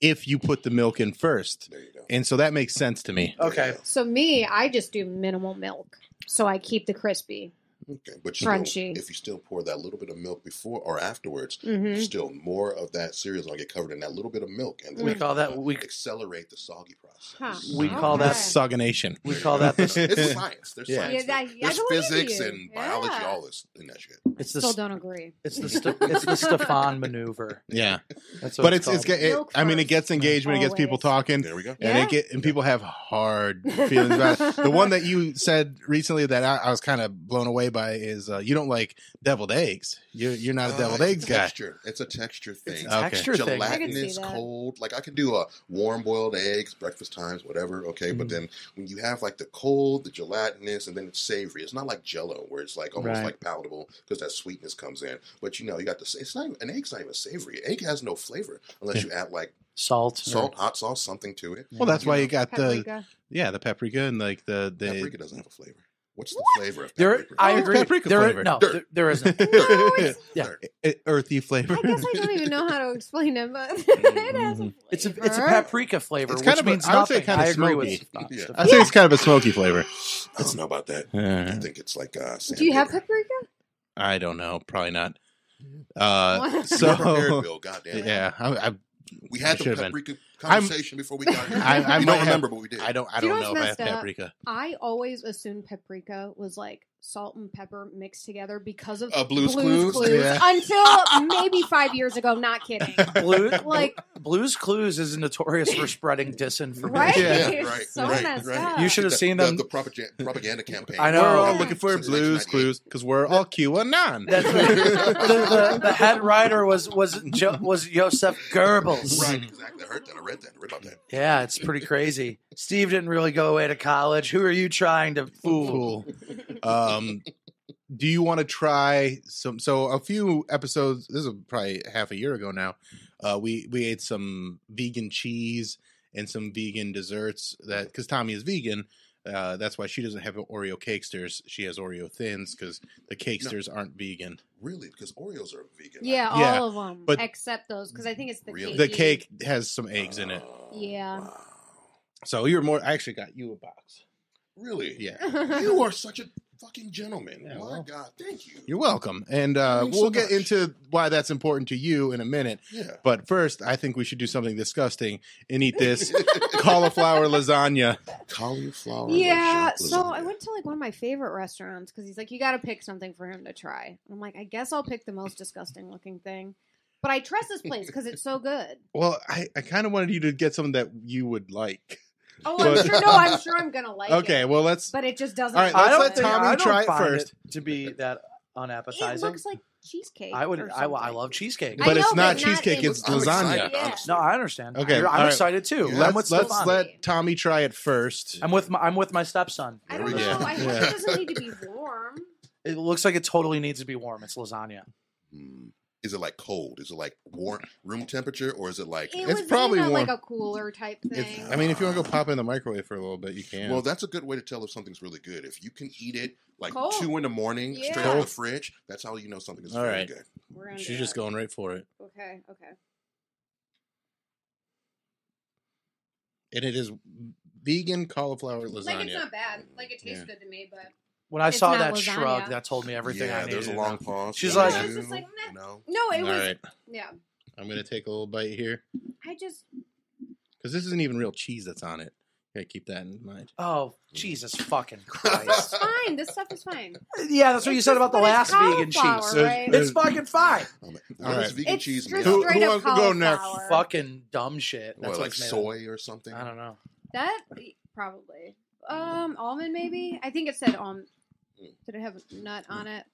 S2: if you put the milk in first,
S10: There you go.
S2: and so that makes sense to
S10: Oh,
S2: me.
S4: okay.
S3: So me, I just do minimal milk. So I keep the crispy.
S10: Okay, but you know,
S3: Crunchy.
S10: if you still pour that little bit of milk before or afterwards,
S3: Mhm.
S10: still more of that cereal is going to get covered in that little bit of milk, and uh,
S4: We call that- we-
S10: accelerate the soggy process.
S3: Huh.
S4: We call
S3: Okay.
S4: that
S2: That's sugination.
S4: we call that the,
S10: It's science. There's
S2: Yeah.
S10: science.
S3: Yeah, that- I
S10: There's
S3: believe
S10: physics
S3: you.
S10: and biology,
S3: Yeah.
S10: all this in that shit.
S4: it's
S3: Still
S4: the
S3: don't agree.
S4: it's the Ste- it's the Stefan maneuver.
S2: Yeah,
S4: That's what
S2: but it's it's
S4: called.
S2: get- it,
S3: Milk
S2: I mean it
S3: first.
S2: gets engagement, it gets people
S3: Always.
S2: talking,
S10: There we go.
S2: and
S3: Yeah.
S2: it get and people have hard feelings about it. The one that you said recently that I, I was kind of blown away by is uh, you don't like deviled eggs. You're you're not a
S10: Uh,
S2: deviled
S10: it's a
S2: eggs guy.
S10: Texture. It's a texture thing.
S4: it's
S2: Okay.
S4: a texture thing.
S3: I can see
S10: Gelatinous,
S3: that.
S10: cold. Like I can do a warm boiled eggs, breakfast times, whatever. Okay, but
S2: Mm-hmm.
S10: then when you have like the cold, the gelatinous, and then it's savory. It's not like Jello where it's like almost
S4: Right.
S10: like palatable because that sweetness comes in. But you know, you got the. It's not even- an egg's not even savory. Egg has no flavor unless you add like
S4: Salt.
S10: salt, hot sauce, something to it.
S2: Well, that's why you got the
S3: Paprika.
S2: yeah the paprika and like the the
S10: Paprika doesn't have a flavor. What's the flavor of
S4: There,
S10: paprika?
S4: I
S2: Oh, it's
S4: agree.
S2: paprika
S4: There,
S2: flavor.
S4: no,
S10: Dirt.
S4: there- there isn't. Yeah.
S2: E- earthy flavor.
S3: Oh, I guess I don't even know how to explain it, but it has
S2: Mm-hmm.
S3: a
S4: It's a it's a
S3: flavor.
S4: paprika flavor,
S2: It's kind
S4: which
S2: of a-
S4: means
S2: I would say
S4: nothing.
S2: kind of
S4: I agree
S2: smoky.
S4: with
S10: Yeah.
S4: Stefan.
S2: I think it's kind of a smoky flavor.
S10: I don't know about that. I think it's like uh,
S3: Do you have
S10: sandpaper.
S3: paprika?
S2: I don't know. Probably not. Uh,
S3: What?
S10: You're prepared,
S2: so
S10: Bill. God damn it.
S2: yeah, I, I,
S10: We
S2: I
S10: had the
S2: should've been.
S10: paprika
S2: I'm-
S10: conversation before we got here.
S2: I, I might
S10: We don't
S2: have-
S10: remember, but we did.
S2: I don't. I
S3: Do you
S2: don't
S3: know
S2: know if I
S3: what's
S2: have
S3: messed up?
S2: paprika.
S3: I always assumed paprika was like salt and pepper mixed together because of
S10: Uh, Blue's Clues?
S2: Yeah.
S3: until maybe five years ago. Not kidding.
S4: Blue,
S3: Like-
S4: Blue's Clues is notorious for spreading disinformation.
S3: Right?
S2: Yeah,
S3: It's
S10: right,
S3: so
S10: right,
S3: messed
S10: right.
S3: up.
S4: You should have
S10: The-
S4: seen
S10: the-
S4: them.
S10: The, propaganda, propaganda campaign.
S4: I know.
S2: We're all
S3: Yeah.
S2: looking for
S10: Since
S2: blues
S10: 1998.
S2: clues because we're all QAnon.
S4: That's right. the, the, the head writer was was jo- was Joseph Goebbels.
S10: Right, exactly. I heard that. I read that. I read about that.
S4: Yeah, it's pretty crazy. Steve didn't really go away to college. Who are you trying to fool?
S2: cool. Um, do you want to try some? So a few episodes. This is probably half a year ago now. Uh, we we ate some vegan cheese and some vegan desserts that because Tommy is vegan. Uh, that's why she doesn't have Oreo cakesters. She has Oreo thins because the cakesters aren't vegan.
S10: Really, because Oreos are vegan.
S3: Yeah, all
S2: Yeah,
S3: of them
S2: but-
S3: except those because I think it's the
S10: Really?
S3: cake.
S2: The cake has some eggs in it.
S3: Yeah.
S10: Wow.
S2: So you're more. I actually got you a box.
S10: Really?
S2: Yeah.
S10: You are such a fucking gentleman.
S4: Yeah,
S10: My
S4: well.
S10: God, thank you.
S2: You're welcome. And uh,
S10: Thank you
S2: we'll
S10: so
S2: get
S10: much.
S2: into why that's important to you in a minute.
S10: Yeah.
S2: But first, I think we should do something disgusting and eat this cauliflower lasagna.
S10: Cauliflower.
S3: Yeah,
S10: lasagna.
S3: so I went to like one of my favorite restaurants because he's like, you got to pick something for him to try. And I'm like, I guess I'll pick the most disgusting looking thing, but I trust this place because it's so good.
S2: Well, I, I kind of wanted you to get something that you would like.
S3: Oh,
S2: But-
S3: I'm sure. No, I'm sure I'm gonna like it.
S2: okay, well, let's.
S3: but it just doesn't.
S2: All right,
S3: look
S4: I don't
S2: let
S3: good.
S4: think,
S2: Tommy
S4: I don't
S2: try it
S4: find
S2: first.
S4: to be that
S3: It
S4: unappetizing.
S3: looks like cheesecake.
S4: I would.
S3: or
S4: I, I
S3: something.
S4: love cheesecake.
S3: I
S2: but it's
S3: know,
S2: not
S3: but not
S2: cheesecake,
S3: in-
S2: it's
S10: I'm
S2: lasagna.
S10: excited,
S3: Yeah.
S10: honestly.
S4: no, I understand.
S2: Okay,
S4: I'm
S2: all right.
S4: excited too.
S10: Yeah.
S4: I'm
S2: Let's,
S4: with
S2: let's
S4: Stefan.
S2: let Tommy try it first.
S4: I'm with my. I'm with my stepson.
S3: I don't
S10: There
S3: know.
S10: we go.
S3: I hope
S2: Yeah.
S3: it doesn't need to be warm.
S4: It looks like it totally needs to be warm. It's lasagna.
S10: Hmm. Is it like cold? Is it like warm room temperature, or is it like?
S3: It
S2: It's
S3: was
S2: probably
S3: probably in a, like
S2: warm.
S3: a cooler type thing.
S2: If, I mean, if you want to go pop it in the microwave for a little bit, you can.
S10: Well, that's a good way to tell if something's really good. If you can eat it like
S3: Cold.
S10: two in the morning, straight
S3: Yeah.
S10: out of the fridge, that's how you know something is
S2: All
S10: very
S2: right.
S10: good.
S3: We're gonna do
S2: She's just
S3: that.
S2: going right for it.
S3: Okay. Okay.
S2: And it is vegan cauliflower lasagna.
S3: Like it's not bad. Like it tastes
S2: Yeah.
S3: good to me, but
S4: When I
S3: It's
S4: saw
S3: not
S4: that
S3: lasagna.
S4: shrug, that told me everything
S10: yeah,
S4: I needed.
S10: there's a long pause.
S4: She's
S10: Yeah,
S4: like-
S10: you
S3: I was just like,
S10: you know.
S3: no, it
S2: All
S3: was.
S2: right,
S3: Yeah.
S2: I'm gonna take a little bite here
S3: I just
S2: because this isn't even real cheese that's on it. Gotta keep that in mind.
S4: Oh Jesus fucking Christ!
S3: fine. This stuff is fine.
S4: yeah, that's what you
S3: It's
S4: said
S3: just-
S4: about the
S3: but it's
S4: last vegan
S3: cauliflower,
S4: cheese.
S2: So-
S3: right?
S4: It's fucking fine.
S10: Um, what
S2: All
S10: is
S2: right.
S10: vegan
S3: It's
S10: cheese
S3: just
S10: made
S2: Who-
S10: out of?
S3: straight
S2: who
S3: up
S2: wants to go next?
S3: cauliflower.
S4: Fucking dumb shit. That's
S10: What, like
S4: what's made of-
S10: soy or something?
S4: I don't know.
S3: That probably um almond maybe. I think it said almond. Did it have nut on it?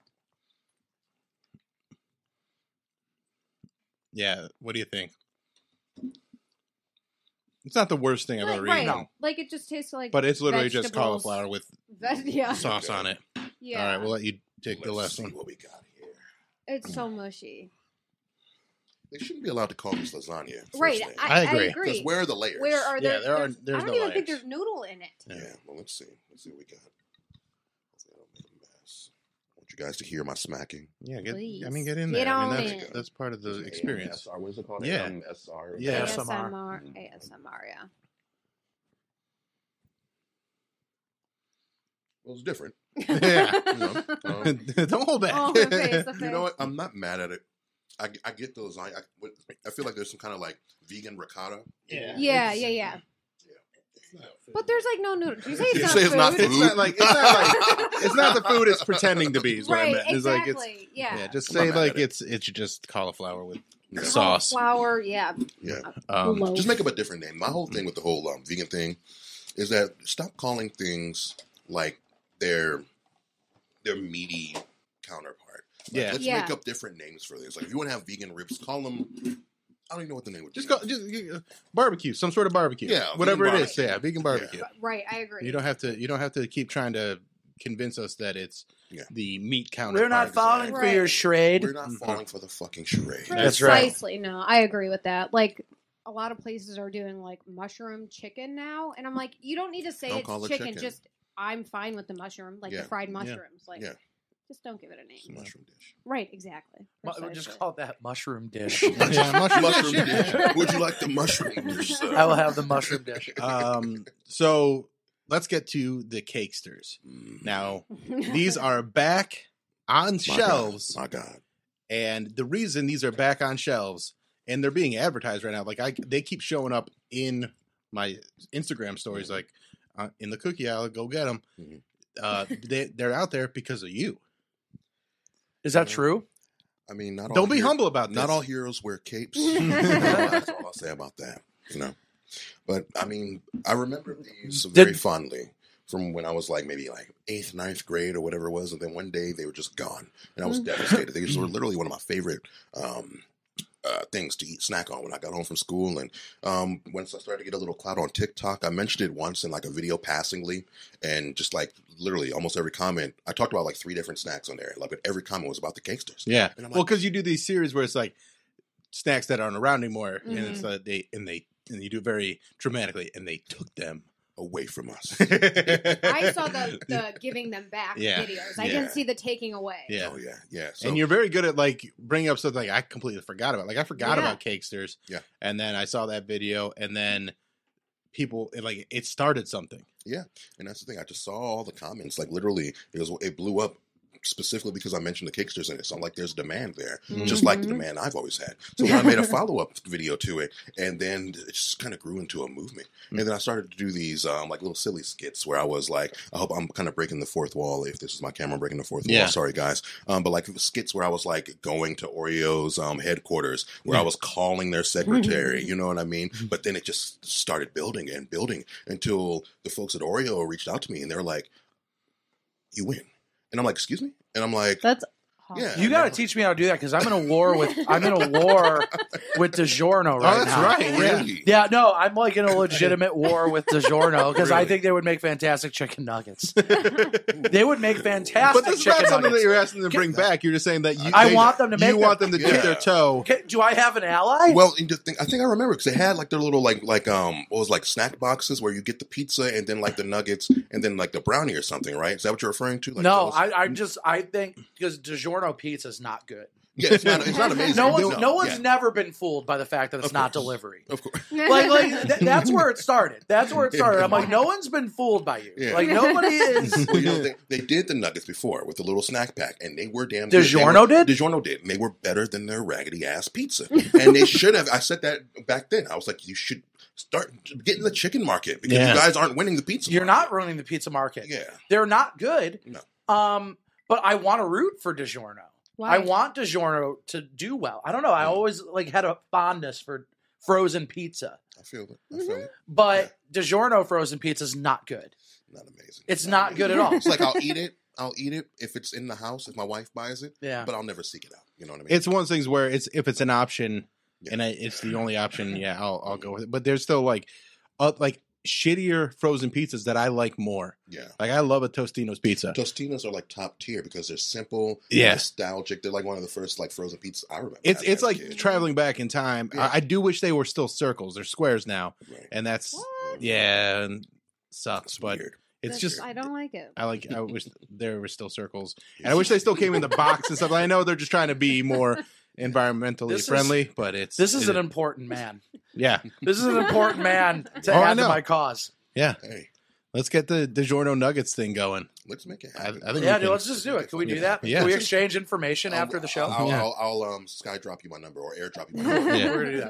S2: Yeah, what do you think? It's not the worst thing I've
S3: Like,
S2: ever
S3: right.
S2: eaten,
S3: Like it just tastes like.
S2: but it's literally just
S3: vegetables.
S2: cauliflower with
S3: That- yeah.
S2: sauce on it.
S3: Yeah.
S2: All right, we'll let you take the
S10: Let's
S2: last
S10: see
S2: one.
S10: what we got here.
S3: it's so mushy.
S10: They shouldn't be allowed to call this lasagna.
S3: Right.
S10: firstly.
S3: I,
S2: I agree.
S3: I
S10: Because
S3: agree.
S10: where are the layers?
S3: Where are
S2: Yeah,
S3: there?
S2: there are- there's
S3: I don't
S2: no
S3: even think
S2: layers.
S3: there's noodle in it.
S10: Yeah. Well, let's see. Let's see what we got. Hopefully I don't make a mess. I want you guys to hear my smacking.
S2: Yeah, get, I
S3: Please.
S2: mean, get in
S3: Get
S2: there. I mean,
S3: on
S2: that's,
S3: in.
S2: that's part of the experience.
S10: AMSR, what is it called?
S2: Yeah.
S10: AMSR.
S2: Yeah.
S4: ASMR.
S3: ASMR. ASMR. Yeah.
S10: Well, it's different.
S2: yeah,
S10: You know, um,
S2: don't hold back.
S3: Oh, the face, the face.
S10: you know what? I'm not mad at it. I, g- I get the lasagna. I, what- I feel like there's some kind of like vegan ricotta.
S2: Yeah.
S3: Yeah, yeah, yeah. But there's like no noodle. Do you say it's
S10: You
S3: not
S10: say it's
S3: food?
S10: not
S2: It's not like it's not like it's not the food it's pretending to be. Is what I
S3: right,
S2: meant. It's like
S3: exactly.
S2: it's
S3: yeah.
S2: yeah. Just
S10: I'm not
S2: say
S10: mad
S2: like
S10: at it.
S2: it's it's just cauliflower with
S10: Yeah.
S2: sauce.
S3: Flour, yeah.
S10: Yeah.
S2: Um,
S3: Loaf.
S10: Just make up a different name. My whole thing with the whole um, vegan thing is that stop calling things like their their meaty counterpart. Like,
S2: Yeah.
S10: Let's
S3: Yeah.
S10: make up different names for things. Like if you want to have vegan ribs, call them. I don't even know what the name would
S2: Just
S10: be.
S2: go, just uh, barbecue, some sort of barbecue.
S10: Yeah,
S2: whatever it
S10: vegan
S2: is. Yeah, vegan barbecue.
S3: Right, I agree.
S2: You don't have to. You don't have to keep trying to convince us that it's
S10: Yeah.
S2: the meat counterpart.
S4: We're not falling for
S3: Right.
S4: your charade.
S10: We're
S2: Mm-hmm.
S10: not falling for the fucking charade.
S4: That's right.
S3: Precisely, no, I agree with that. Like a lot of places are doing like mushroom chicken now, and I'm like, you don't need to say
S10: Don't
S3: it's
S10: call it
S3: chicken,
S10: chicken.
S3: Just I'm fine with the mushroom, like
S10: Yeah.
S3: the fried
S2: Yeah.
S3: mushrooms. Like,
S10: Yeah.
S3: just don't give it a name.
S10: It's a mushroom dish.
S3: Right, exactly.
S4: Mu- we'll
S3: Precisely.
S4: just call it that mushroom dish.
S2: Yeah, mushroom,
S10: Mushroom
S2: yeah, yeah.
S10: dish. Would you like the mushroom dish? sir?
S4: I will have the mushroom dish.
S2: Um, so let's get to the cakesters.
S10: Mm.
S2: Now these are back on
S10: My
S2: shelves,
S10: God, my God.
S2: and the reason these are back on shelves and they're being advertised right now, like I, they keep showing up in my Instagram stories,
S10: Mm-hmm.
S2: like uh, in the cookie aisle. Go get them.
S10: Mhm.
S2: Uh, they they're out there because of you.
S4: Is that true?
S10: I mean, not all
S2: Don't be
S10: hero-
S2: humble about this.
S10: Not all heroes wear capes. That's all I'll say about that. You know, but I mean, I remember these very fondly from when I was like maybe like eighth, ninth grade or whatever it was, and then one day they were just gone, and I was devastated. These were literally one of my favorite. Um, uh, things to eat snack on when I got home from school, and um, once I started to get a little clout on TikTok, I mentioned it once in like a video passingly, and just like literally almost every comment, I talked about like three different snacks on there. Like, but every comment was about the cakesters.
S2: Yeah.
S10: And I'm
S2: well,
S10: like-
S2: because you do these series where it's like snacks that aren't around anymore, and it's
S4: Mm-hmm.
S3: Mhm.
S2: like they and they and you do it very dramatically, and they took them.
S10: away from us.
S3: I
S2: I
S3: saw the, the giving them back
S2: Yeah.
S3: videos. I
S10: Yeah.
S3: didn't see the taking away.
S2: Yeah.
S10: Oh yeah, yeah. So
S2: and you're very good at like bringing up something like I completely forgot about. Like I forgot
S3: Yeah.
S2: about Cakesters.
S10: Yeah.
S2: And then I saw that video, and then people it, like it started something.
S10: Yeah, and that's the thing. I just saw all the comments. Like literally, it was it blew up specifically because I mentioned the Kicksters in it. So I'm like, there's demand there, just like the
S2: Mm-hmm.
S10: demand I've always had. So when I made a follow up video to it, and then it just kind of grew into a movement. And then I started to do these um, like little silly skits where I was like, I hope I'm kind of breaking the fourth wall. If this is my camera breaking the fourth
S2: Yeah.
S10: wall, sorry guys. Um, but like skits where I was like going to Oreo's um, headquarters, where I was calling their secretary. you know what I mean? But then it just started building and building until the folks at Oreo reached out to me and they're like, "You win." And I'm like, excuse me? And I'm like,
S3: That's awesome.
S10: yeah.
S4: You got to teach me how to do that because I'm in a war with I'm in a war with DiGiorno right
S2: oh, that's
S4: now.
S2: right. Yeah.
S10: Really?
S4: Yeah, no, I'm like in a legitimate war with DiGiorno because I think they would make fantastic chicken nuggets. they would make fantastic
S2: But this is
S4: chicken
S2: not something that
S4: nuggets.
S2: you're asking them to bring back. You're just saying that you,
S4: I want them to make
S2: you
S4: them.
S2: want them to dip
S10: Yeah.
S2: their toe.
S4: Okay, do I have an ally?
S10: Well, and the thing, I think I remember because they had like their little like like um what was it, like snack boxes where you get the pizza and then like the nuggets and then like the brownie or something, right? Is that what you're referring to? Like
S4: no,
S10: those-
S4: I, I just I think because DiGiorno pizza is not good.
S10: yeah, it's not it's not amazing.
S4: No one's no, one's
S10: yeah.
S4: never been fooled by the fact that it's not delivery.
S10: of course.
S4: like, like th- that's where it started. That's where it started. I'm like, no one's been fooled by you.
S10: Yeah.
S4: Like nobody is.
S10: Well, you know, they, they did the nuggets before with the little snack pack, and they were damn.
S4: DiGiorno
S10: good. They were-
S4: did?
S10: DiGiorno did, and they were better than their raggedy ass pizza. and they should have. I said that back then. I was like, you should start getting the chicken market because
S2: Yeah.
S10: you guys aren't winning the pizza.
S4: You're
S10: market.
S4: not ruining the pizza market.
S10: Yeah.
S4: They're not good.
S10: No.
S4: Um, but I want to root for DiGiorno. I want DiGiorno to do well. I don't
S2: Mm.
S4: know. I always like had a fondness for frozen pizza,
S10: I feel it. I
S4: Mm-hmm.
S10: feel it.
S4: but DiGiorno frozen pizza is not good.
S10: Not amazing.
S4: It's not good at all.
S10: It's like I'll eat it. I'll eat it if it's in the house if my wife buys it.
S4: Yeah.
S10: But I'll never seek it out. You know what I mean?
S2: It's one of those things where it's if it's an option
S10: Yeah.
S2: and I, it's the only option, yeah, I'll I'll go with it. But there's still like uh, like shittier frozen pizzas that I like more.
S10: yeah.
S2: Like I love a Tostino's pizza.
S10: Tostinos are like top tier because they're simple,
S2: Yeah.
S10: nostalgic. They're like one of the first like frozen pizzas I remember.
S2: It's
S10: having
S2: it's
S10: as a
S2: like
S10: kid.
S2: traveling back in time.
S10: Yeah.
S2: I, I do wish they were still circles. They're squares now,
S10: Right.
S2: and that's
S3: What?
S2: yeah, and sucks.
S10: It's
S2: but
S10: weird.
S2: it's
S3: That's-
S2: just
S3: I don't like it.
S2: I like. I wish there were still circles, and I wish they still came in the box and stuff. I know they're just trying to be more environmentally
S4: This is-
S2: friendly, but it's
S4: This is
S2: it-
S4: an important man.
S2: yeah.
S4: This is an important man to
S2: Oh, I
S4: add to
S2: know.
S4: my cause.
S10: Hey,
S2: Let's get the DiGiorno Nuggets thing going.
S10: let's make it
S2: I, I
S10: happen.
S2: think.
S4: Yeah,
S2: we
S4: dude,
S2: can-
S4: let's just do it. Can we do that?
S2: Yeah.
S4: Can we exchange information
S10: I'll-
S4: after the show?
S10: I'll,
S2: Yeah.
S10: I'll, I'll, um sky drop you my number or airdrop you my number.
S2: Yeah.
S4: We're gonna do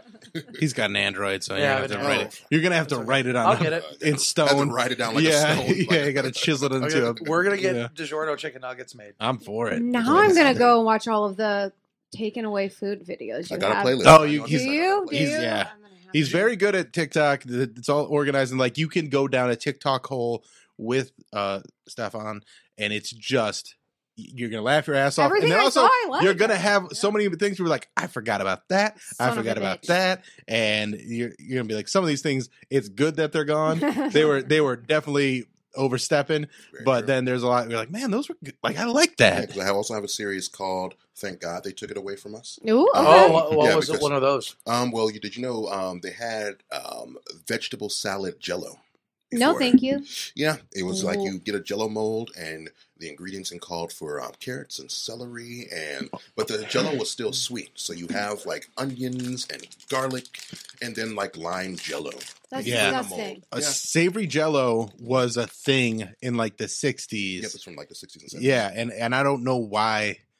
S4: that.
S2: He's got an Android, so
S4: Yeah,
S2: you're gonna have
S4: but
S2: to
S10: no.
S2: write it. You're gonna have to write it on.
S4: I'll get it.
S2: in
S10: I have to
S2: stone.
S10: write it down like
S2: yeah,
S10: a stone. Like-
S2: yeah, you gotta chisel it into.
S4: Okay, We're gonna get
S2: yeah.
S4: DiGiorno chicken nuggets made.
S2: I'm for it.
S3: Now I'm gonna go and watch all of the taken away food videos. You
S10: I got
S3: have.
S10: a playlist.
S2: Oh, you-
S10: I know
S3: Do
S2: he's-
S10: it's-
S3: you? Do
S2: he's-
S3: you?
S2: yeah.
S3: I'm gonna have
S2: He's
S3: to-
S2: very good at TikTok. Th- It's all organized and like you can go down a TikTok hole with uh Stefan, and it's just you're gonna laugh your ass off.
S3: Everything
S2: and then
S3: I
S2: also
S3: saw, I liked.
S2: you're gonna have so many things where you're like, I forgot about that. I
S3: Son of a
S2: forgot about
S3: bitch.
S2: that. And you're you're gonna be like, some of these things, it's good that they're gone. they were they were definitely overstepping,
S10: Very
S2: but
S10: true.
S2: then there's a lot you're like, man, those were good. like I like that.
S10: because I also have a series called "Thank God They Took It Away From Us."
S3: Ooh, okay.
S4: Oh, what, what
S10: Yeah,
S4: was it?
S10: because-
S4: One of those?
S10: Um, well, you did you know um, they had um, vegetable salad Jello?
S3: no,
S10: before.
S3: thank you.
S10: Yeah, it was like
S3: Ooh.
S10: you get a Jello mold, and the ingredients and called for um, carrots and celery, and
S3: Oh.
S10: but the Jello was
S3: Mm.
S10: still sweet, so you have like onions and garlic, and then like lime Jello.
S3: That's
S2: Yeah.
S3: disgusting.
S2: A
S10: Yeah.
S2: savory jello was a thing in like the 60s.
S10: Yep, it's from like the sixties and seventies.
S2: Yeah, and and I don't know why.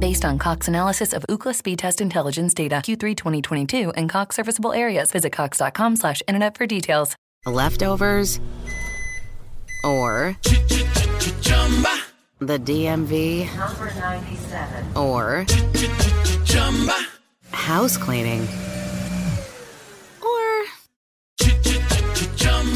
S5: Based on Cox analysis of Ookla speed test intelligence data Q3 2022 and Cox serviceable areas, visit cox.com/internet slash internet for details.
S11: leftovers, or the DMV, or house cleaning, or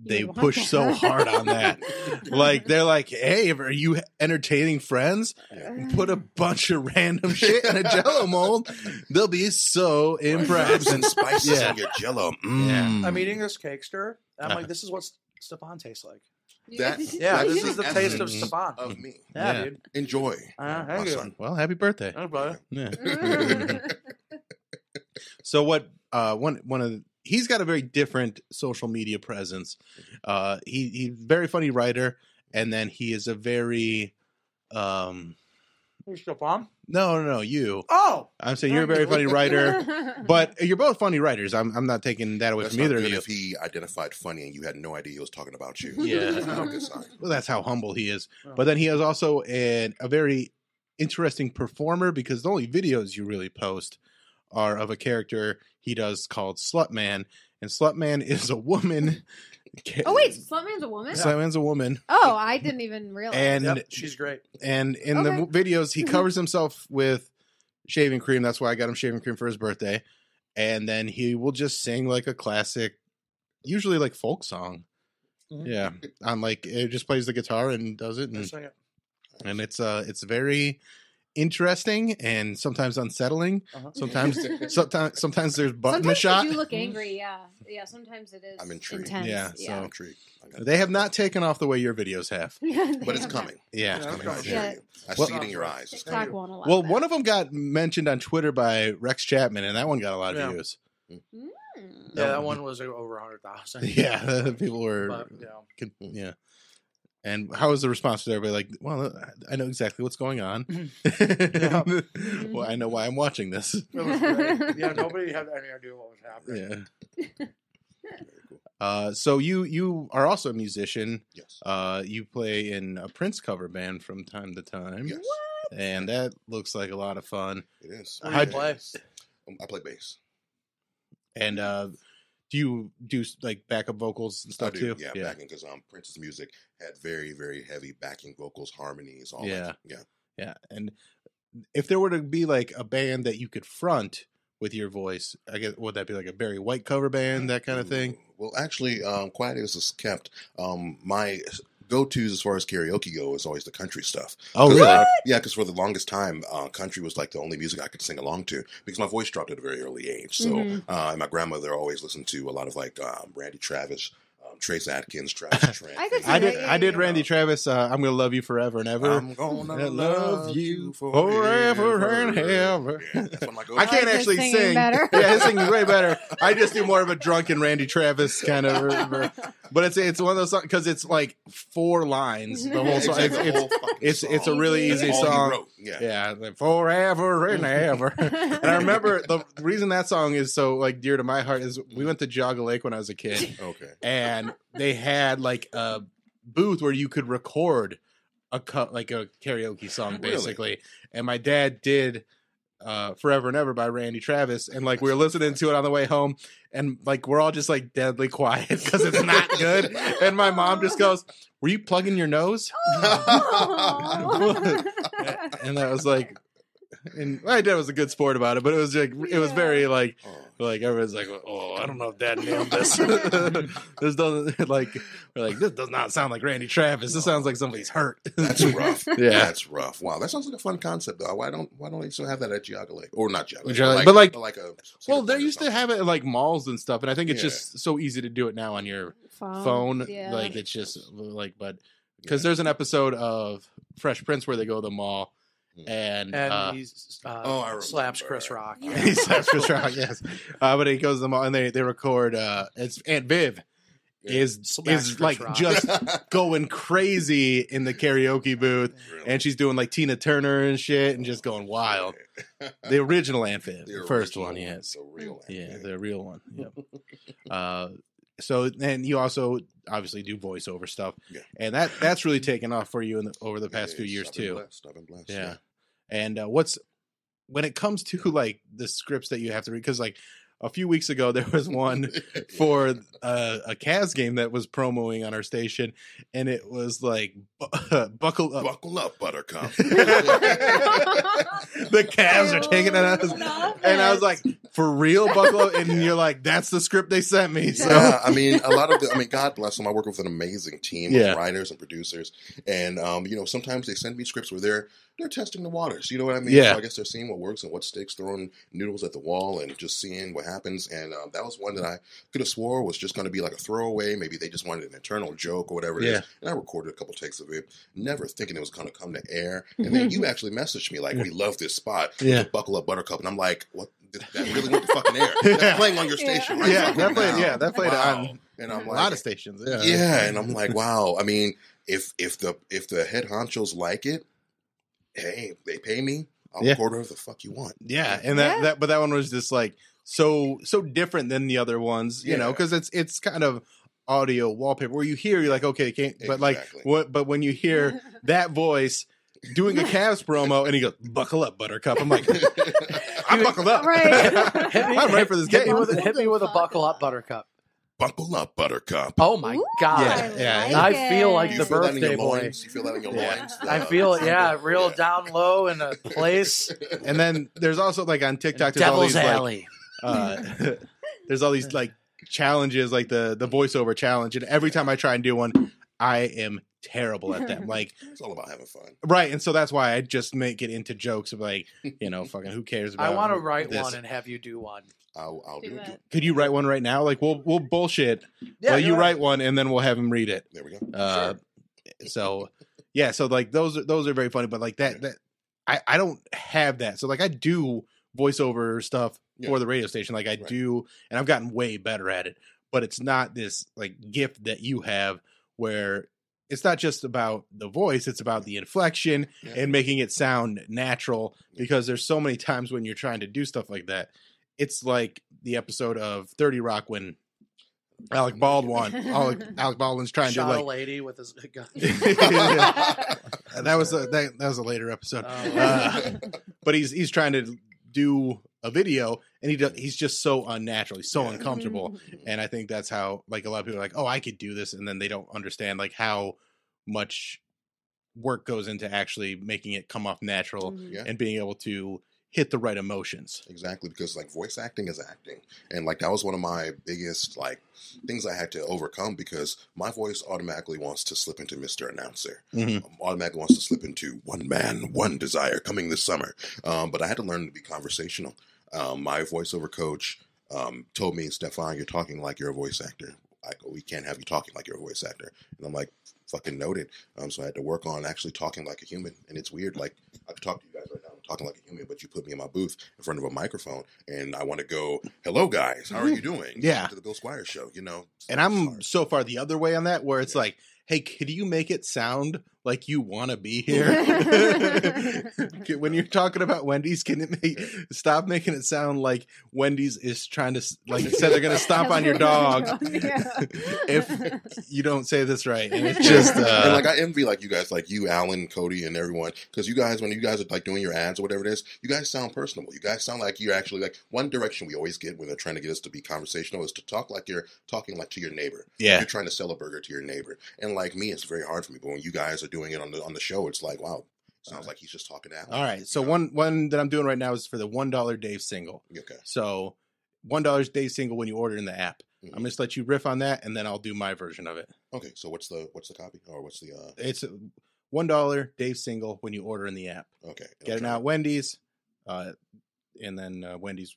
S2: they
S3: want
S2: push
S3: that.
S2: so hard on that. like they're like, "Hey, are you entertaining friends? Put a
S3: Uh.
S2: bunch of random shit in a Jello mold. They'll be so impressed."
S10: Ribs and spices on your Jello. Mm.
S4: I'm eating this cake stir. And I'm
S2: Uh-huh.
S4: like, this is what S- Stefan tastes like.
S10: That,
S4: Yeah,
S10: that
S4: this is the taste of
S10: essence
S4: Stefan.
S10: Of me.
S4: Yeah,
S2: Yeah.
S4: dude.
S10: Enjoy.
S4: Uh,
S10: my
S4: thank you.
S10: son.
S2: Well, happy birthday.
S10: Oh.
S4: Thanks, brother.
S2: Yeah. So what? Uh, one one of the, he's got a very different social media presence. Uh, he he's a very funny writer, and then he is a very um.
S4: Hey, Stefan.
S2: No, no, no, you.
S4: Oh,
S2: I'm saying you're a very funny writer, but you're both funny writers. I'm I'm not taking that away
S10: That's
S2: from
S10: not
S2: either of
S10: good
S2: you.
S10: if he identified funny and you had no idea he was talking about you.
S2: Yeah.
S10: That's
S3: Mm-hmm.
S10: not a good sign.
S2: well, that's how humble he is. But then he is also an, a very interesting performer because the only videos you really post are of a character he does called Slutman, and Slutman is a woman.
S3: oh wait, Slutman's a woman.
S2: Slutman's a woman,
S3: Oh, I didn't even realize.
S2: and
S4: Yep, she's great.
S2: and in the
S3: Okay. Mm-hmm.
S2: videos he covers himself with shaving cream. That's why I got him shaving cream for his birthday, and then he will just sing like a classic, usually like folk song.
S4: Mhm.
S2: Yeah, on like it just plays the guitar and does it. And
S4: Just like it.
S2: and it's uh it's very interesting and sometimes unsettling.
S4: Uh-huh.
S2: Sometimes sometimes sometimes there's butt in the
S3: sometimes
S2: shot.
S3: you look angry. Yeah, yeah. Sometimes it is.
S10: I'm intrigued.
S3: Intense.
S2: Yeah,
S10: I'm
S2: so-
S10: intrigued. I got-
S2: They have not taken off the way your videos have.
S3: They
S10: But it's
S3: have
S10: coming.
S2: Yeah.
S10: It's
S4: Yeah,
S10: coming.
S4: it's
S10: I
S4: coming.
S10: hear
S3: Yeah.
S10: you. I
S2: Well-
S10: see it in your eyes.
S3: that. TikTok won't allow.
S2: Well,
S3: that.
S2: one of them got mentioned on Twitter by Rex Chapman, and that one got a lot of
S4: Yeah.
S2: views.
S3: Mm.
S4: Yeah, that one was like, over a hundred thousand.
S2: Yeah, people were,
S4: But, yeah.
S2: con- yeah. And how was the response to everybody? Like, well, uh, I know exactly what's going on.
S4: Mm-hmm.
S2: well, I know why I'm watching this.
S4: It was great. yeah, nobody had any idea what was happening.
S3: Mm-hmm.
S2: Yeah.
S10: Very cool.
S2: Uh, so you you are also a musician.
S10: Yes.
S2: Uh, you play in a Prince cover band from time to time,
S10: Yes.
S2: and that looks like a lot of fun.
S10: It is.
S4: What
S2: How
S4: do you play?
S10: Um, I play bass.
S2: And uh, do you do like backup vocals and
S10: I
S2: stuff
S10: do.
S2: too?
S10: Yeah, backing because um, Prince's music had very, very heavy backing vocals, harmonies, all
S2: Yeah.
S10: that. Yeah.
S2: yeah. And if there were to be like a band that you could front with your voice, I guess would that be like a Barry White cover band, that kind of thing?
S10: Well, actually, um, Quiet Is is kept. Um, my go tos as far as karaoke go is always the country stuff.
S2: Oh,
S10: 'Cause,
S2: really?
S10: uh, yeah, because for the longest time, uh, country was like the only music I could sing along to because my voice dropped at a very early age. So,
S3: Mm-hmm.
S10: uh, and my grandmother always listened to a lot of like um, Randy Travis, um, Trace Atkins, Travis Trent.
S3: I could
S10: things
S3: see
S2: I
S10: like
S2: did.
S3: Yeah,
S10: that,
S3: yeah,
S2: I did.
S10: you
S2: Randy
S10: know.
S2: Travis. Uh, I'm gonna love you forever and ever.
S10: I'm gonna
S2: Love
S10: love
S2: you
S10: you
S2: forever
S10: forever
S2: and ever.
S10: Yeah, that's one of my go-tos.
S2: I can't
S3: his
S2: actually
S3: singing
S2: sing.
S3: better.
S2: yeah, his singing's way better. I just do more of a drunken Randy Travis kind of. but it's it's one of those songs because it's like four lines. The whole song. It's,
S10: Exactly.
S2: it's,
S10: Whole fucking
S2: it's it's a
S10: song.
S2: really easy
S10: All he
S2: song.
S10: wrote, Yeah.
S2: Yeah, like, forever and ever. and I remember the reason that song is so like dear to my heart is we went to Jogga Lake when I was a kid,
S10: Okay.
S2: and they had like a booth where you could record a cut like a karaoke song
S10: Really?
S2: basically and my dad did uh forever and ever by randy travis and like we were listening to it on the way home and like we're all just like deadly quiet because it's not good and my mom just goes were you plugging your nose and i was like and my dad was a good sport about it but it was like it was very like
S10: Oh,
S2: like everyone's like, oh, I don't know if Dad nailed this. this doesn't like we're like this does not sound like Randy Travis. This sounds like somebody's hurt.
S10: That's rough.
S2: Yeah.
S10: that's rough. Wow, that sounds like a fun concept though. Why don't Why don't they still have that at Geauga Lake or not Geauga Lake,
S2: Geauga Lake, but, like-
S10: a
S2: well, they used to have it at like malls and stuff, and I think it's
S10: Yeah.
S2: just so easy to do it now on your
S3: phone.
S2: phone.
S3: Oh, Yeah.
S2: Like it's just like, but because there's an episode of Fresh Prince where they go to the mall
S10: Mm.
S2: and.
S4: And
S2: uh,
S4: he's uh,
S10: oh, I
S4: slaps
S10: remember.
S4: Chris Rock.
S2: he slaps Chris Rock, yes. Uh, but he goes to the mall and they, they record uh it's Aunt Viv
S10: Yeah.
S2: is
S4: Slaps
S2: is
S4: Chris
S2: like
S4: Rock.
S2: just going crazy in the karaoke booth
S10: Really?
S2: and she's doing like Tina Turner and shit and just going wild. The original Amphib, the
S10: The
S2: first
S10: original
S2: one, yes.
S10: the real
S2: Yeah,
S10: Amphib.
S2: the real one. Yep. uh, so then you also obviously do voiceover stuff,
S10: Yeah.
S2: and that that's really taken off for you in the, over the past few
S10: Yes,
S2: years
S10: I've been
S2: too.
S10: blessed, I've been blessed.
S2: Yeah. And uh, what's when it comes to like the scripts that you have to read, because like a few weeks ago there was one for uh, a Cavs game that was promoing on our station, and it was like bu- buckle up,
S10: buckle up, Buttercup.
S2: the Cavs are taking it out, and I was like, for real, buckle up, and you're like, that's the script they sent me. So
S10: yeah, I mean, a lot of the, I mean, God bless them. I work with an amazing team
S2: Yeah.
S10: of writers and producers, and um, you know, sometimes they send me scripts where they're they're testing the waters. You know what I mean?
S2: Yeah.
S10: So I guess they're seeing what works and what sticks, throwing noodles at the wall and just seeing what happens. And um, that was one that I could have swore was just going to be like a throwaway. Maybe they just wanted an internal joke or whatever it is.
S2: Yeah.
S10: And I recorded a couple takes of it, never thinking it was going to come to air. And then you actually messaged me like, "We love this spot.
S2: Mm-hmm. Yeah.
S10: Buckle up, Buttercup." And I'm like, "What?" That really went to fucking air. That's playing on your station. right
S2: yeah,
S10: fucking
S2: that played,
S10: now.
S2: yeah, that played
S10: Wow.
S2: on
S10: And I'm
S2: a
S10: like-
S2: lot of stations. Yeah,
S10: Yeah, and I'm like, wow. I mean, if if the if the head honchos like it, hey, they pay me. I'll
S2: Yeah.
S10: record whatever the fuck you want.
S2: Yeah, and that,
S3: Yeah.
S2: that but that one was just like so so different than the other ones, you know,
S10: Yeah.
S2: because it's it's kind of audio wallpaper where you hear you're like okay, can't, but like
S10: Exactly.
S2: what but when you hear that voice doing a Cavs promo and he goes buckle up Buttercup, I'm like I'm buckled up,
S3: Right.
S4: Hit me-
S2: I'm ready for this
S4: hit me
S2: game.
S4: with a, hit me with a buckle up, Buttercup.
S10: Buckle up, Buttercup.
S4: Oh my
S3: Ooh,
S4: god!
S2: Yeah, yeah,
S3: I,
S2: yeah.
S3: like
S4: I feel
S3: it.
S4: like
S10: You
S4: the
S10: feel that in
S4: birthday
S10: your
S4: boy.
S10: loins? You feel that in your
S4: Yeah.
S10: loins?
S4: I
S10: The-
S4: feel it. Yeah, real
S10: Yeah.
S4: down low in a place.
S2: And then there's also like on TikTok, there's all
S4: Devil's
S2: these like
S4: Alley.
S2: uh, there's all these like challenges, like the the voiceover challenge, and every time I try and do one, I am terrible at them. Like
S10: It's all about having fun.
S2: Right, and so that's why I just make it into jokes of like, you know, fucking who cares about.
S4: I want to write
S2: um, this.
S4: one and have you do one.
S10: I'll, I'll do,
S3: Do
S10: it.
S3: it.
S2: Could you write one right now? Like we'll we'll bullshit.
S4: Yeah,
S2: well, you
S4: go ahead.
S2: write one and then we'll have him read it.
S10: There we go.
S2: Uh,
S10: Sure.
S2: So yeah, so like those are those are very funny, but like that that I I don't have that. So like I do voiceover stuff
S10: Yeah.
S2: for the radio station. Like I
S10: Right.
S2: do, and I've gotten way better at it. But it's not this like gift that you have where. It's not just about the voice, it's about the inflection
S10: Yeah.
S2: and making it sound natural because there's so many times when you're trying to do stuff like that. It's like the episode of 30 Rock when Alec Baldwin Alec, Alec Baldwin's trying
S4: Shot
S2: to
S4: a
S2: like
S4: lady with his gun.
S2: that was a that, that was a later episode.
S4: Oh.
S2: Uh, but he's he's trying to do a video and he do, he's just so unnatural. He's so
S10: Yeah.
S2: uncomfortable. And I think that's how like a lot of people are like, "Oh, I could do this." And then they don't understand like how much work goes into actually making it come off natural
S10: Yeah.
S2: and being able to hit the right emotions.
S10: Exactly, because like voice acting is acting, and like that was one of my biggest like things I had to overcome because my voice automatically wants to slip into Mister Announcer,
S2: Mhm.
S10: um, automatically wants to slip into One Man, One Desire coming this summer. Um, but I had to learn to be conversational. Um, my voiceover coach um, told me, Stefan, you're talking like you're a voice actor. I go, we can't have you talking like you're a voice actor, and I'm like. Fucking noted. Um, so I had to work on actually talking like a human, and it's weird. Like I could talk to you guys right now, I'm talking like a human, but you put me in my booth in front of a microphone, and I want to go, "Hello, guys, how are you doing?"
S2: Mm-hmm. Yeah.
S10: to the Bill Squire show, you know.
S2: And I'm so far the other way on that, where it's like, hey, could you make it sound like you want to be here? Can- when you're talking about Wendy's, can it make stop making it sound like Wendy's is trying to s- like it said they're going to stomp on your dog
S3: Yeah.
S2: if you don't say this right? And it's just
S10: and
S2: uh,
S10: like I envy like you guys, like you, Alan, Cody, and everyone, because you guys, when you guys are like doing your ads or whatever it is, you guys sound personable. You guys sound like you're actually like one direction we always get when they're trying to get us to be conversational is to talk like you're talking like to your neighbor.
S2: yeah,
S10: You're trying to sell a burger to your neighbor, and like me, it's very hard for me. But when you guys are doing it on the on the show, it's like, wow, sounds like he's just talking to Alan.
S2: all right. So
S10: You know?
S2: one one that I'm doing right now is for the one dollar Dave single.
S10: okay,
S2: So one dollar Dave single when you order in the app.
S10: Mhm.
S2: I'm just let you riff on that, and then I'll do my version of it.
S10: okay. So what's the what's the copy or what's the uh
S2: It's one dollar Dave single when you order in the app.
S10: okay?
S2: Get it
S10: Okay.
S2: now at Wendy's, uh, and then uh, Wendy's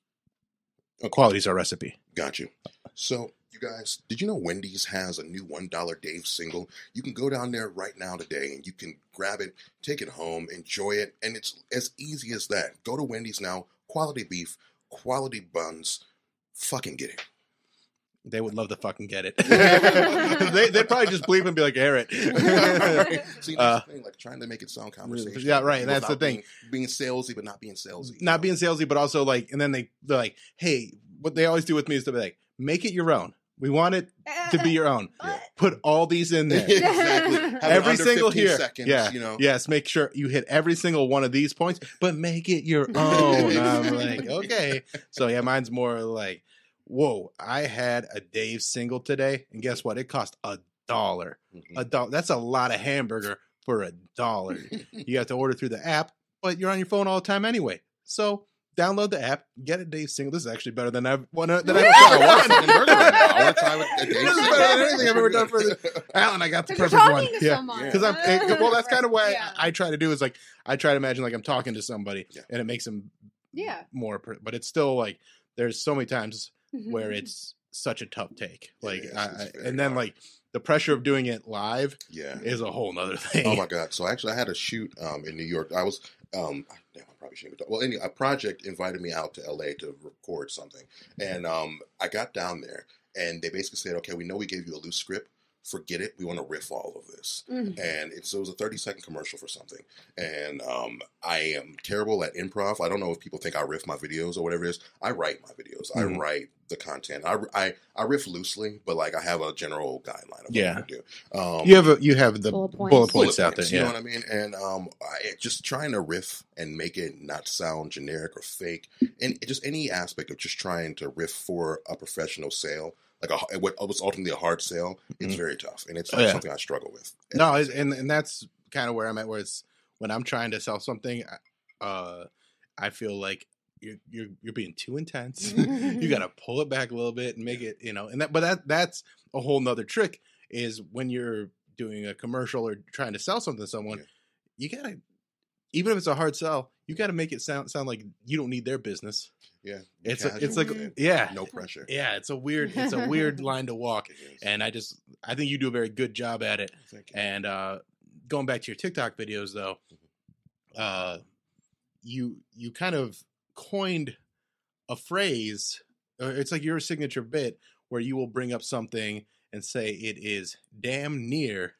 S2: qualities our recipe.
S10: Got you. So, you guys, did you know Wendy's has a new $1 Dave single? You can go down there right now today and you can grab it, take it home, enjoy it, and it's as easy as that. Go to Wendy's now, quality beef, quality buns, fucking get it.
S2: They would love to fucking get it. they, they'd probably just bleep and be like, air it.
S10: See, that's
S2: Uh,
S10: the thing, like trying to make it sound conversational.
S2: yeah, right, that's the
S10: without
S2: thing.
S10: Being, being salesy, but not being salesy.
S2: Not being salesy, but also like, and then they, they're like, hey, what they always do with me is to be like, make it your own. We want it to be your own.
S10: Yeah.
S2: Put all these in there.
S10: exactly. Have it
S2: Every
S10: under
S2: single
S10: 15
S2: here.
S10: Seconds,
S2: yeah.
S10: You know?
S2: Yes. Make sure you hit every single one of these points, but make it your own. I'm like, okay. So yeah, mine's more like whoa, I had a Dave's single today, and guess what? It cost a dollar. A dollar. That's a lot of hamburger for a dollar. you have to order through the app, but you're on your phone all the time anyway. So download the app, get a Dave's single. This is actually better than I've one than I've
S10: I
S2: ever
S10: want
S2: done.
S10: a hamburger right now. I want to try with a
S2: This
S10: Dave's
S2: is
S10: single.
S2: better than anything I've ever done for the Alan. I got the
S3: 'Cause you're
S2: perfect one.
S3: talking to
S2: Yeah,
S3: someone.
S2: because I'm. it- well, that's kind of why
S3: Yeah.
S2: I try to do is like I try to imagine like I'm talking to somebody, and it makes them
S3: Yeah.
S2: more per- but it's still like there's so many times where
S3: Mhm.
S2: it's such a tough take like
S10: is,
S2: I,
S10: it's
S2: I-
S10: very
S2: and then like the pressure of doing it live
S10: Yeah.
S2: is a whole nother thing
S10: Oh my god! So actually, I had a shoot um, in New York. I was um, I- damn, I probably shouldn't. even talk- Well, anyway, a project invited me out to LA to record something, and um, I got down there, and they basically said, "Okay, we know we gave you a loose script. Forget it. We want to riff all of this."
S2: Mm-hmm.
S3: Mm.
S10: And it, so it was a thirty-second commercial for something, and um, I am terrible at improv. I don't know if people think I riff my videos or whatever it is. I write my videos. I
S2: Mhm.
S10: write the content. I, I I riff loosely, but like I have a general guideline of what
S2: Yeah.
S10: yeah. to do. Um,
S2: you have a, you have the bullet
S3: Bullet
S2: points,
S3: points.
S2: out there
S10: points, You
S2: yeah
S10: know what I mean? And um, I, just trying to riff and make it not sound generic or fake, and just any aspect of just trying to riff for a professional sale, like a what was ultimately a hard sale. It's
S2: Mhm.
S10: very tough, and it's
S2: Oh,
S10: like
S2: yeah.
S10: something I struggle with.
S2: no it, and and that's kind of where i'm at where it's when i'm trying to sell something uh i feel like you're you're, you're being too intense you got to pull it back a little bit and make it you know and that but that that's a whole nother trick is when you're doing a commercial or trying to sell something to someone
S10: Yeah.
S2: you gotta even if it's a hard sell you gotta make it sound sound like you don't need their business
S10: Yeah,
S2: it's a, it's
S10: casual
S2: like
S10: and
S2: yeah
S10: no pressure.
S2: yeah it's a weird it's a weird line to walk
S10: It is.
S2: and i just i think you do a very good job at it
S10: Thank you.
S2: and uh, going back to your TikTok videos, though, uh, you you kind of coined a phrase. Or it's like your signature bit where you will bring up something and say it is damn near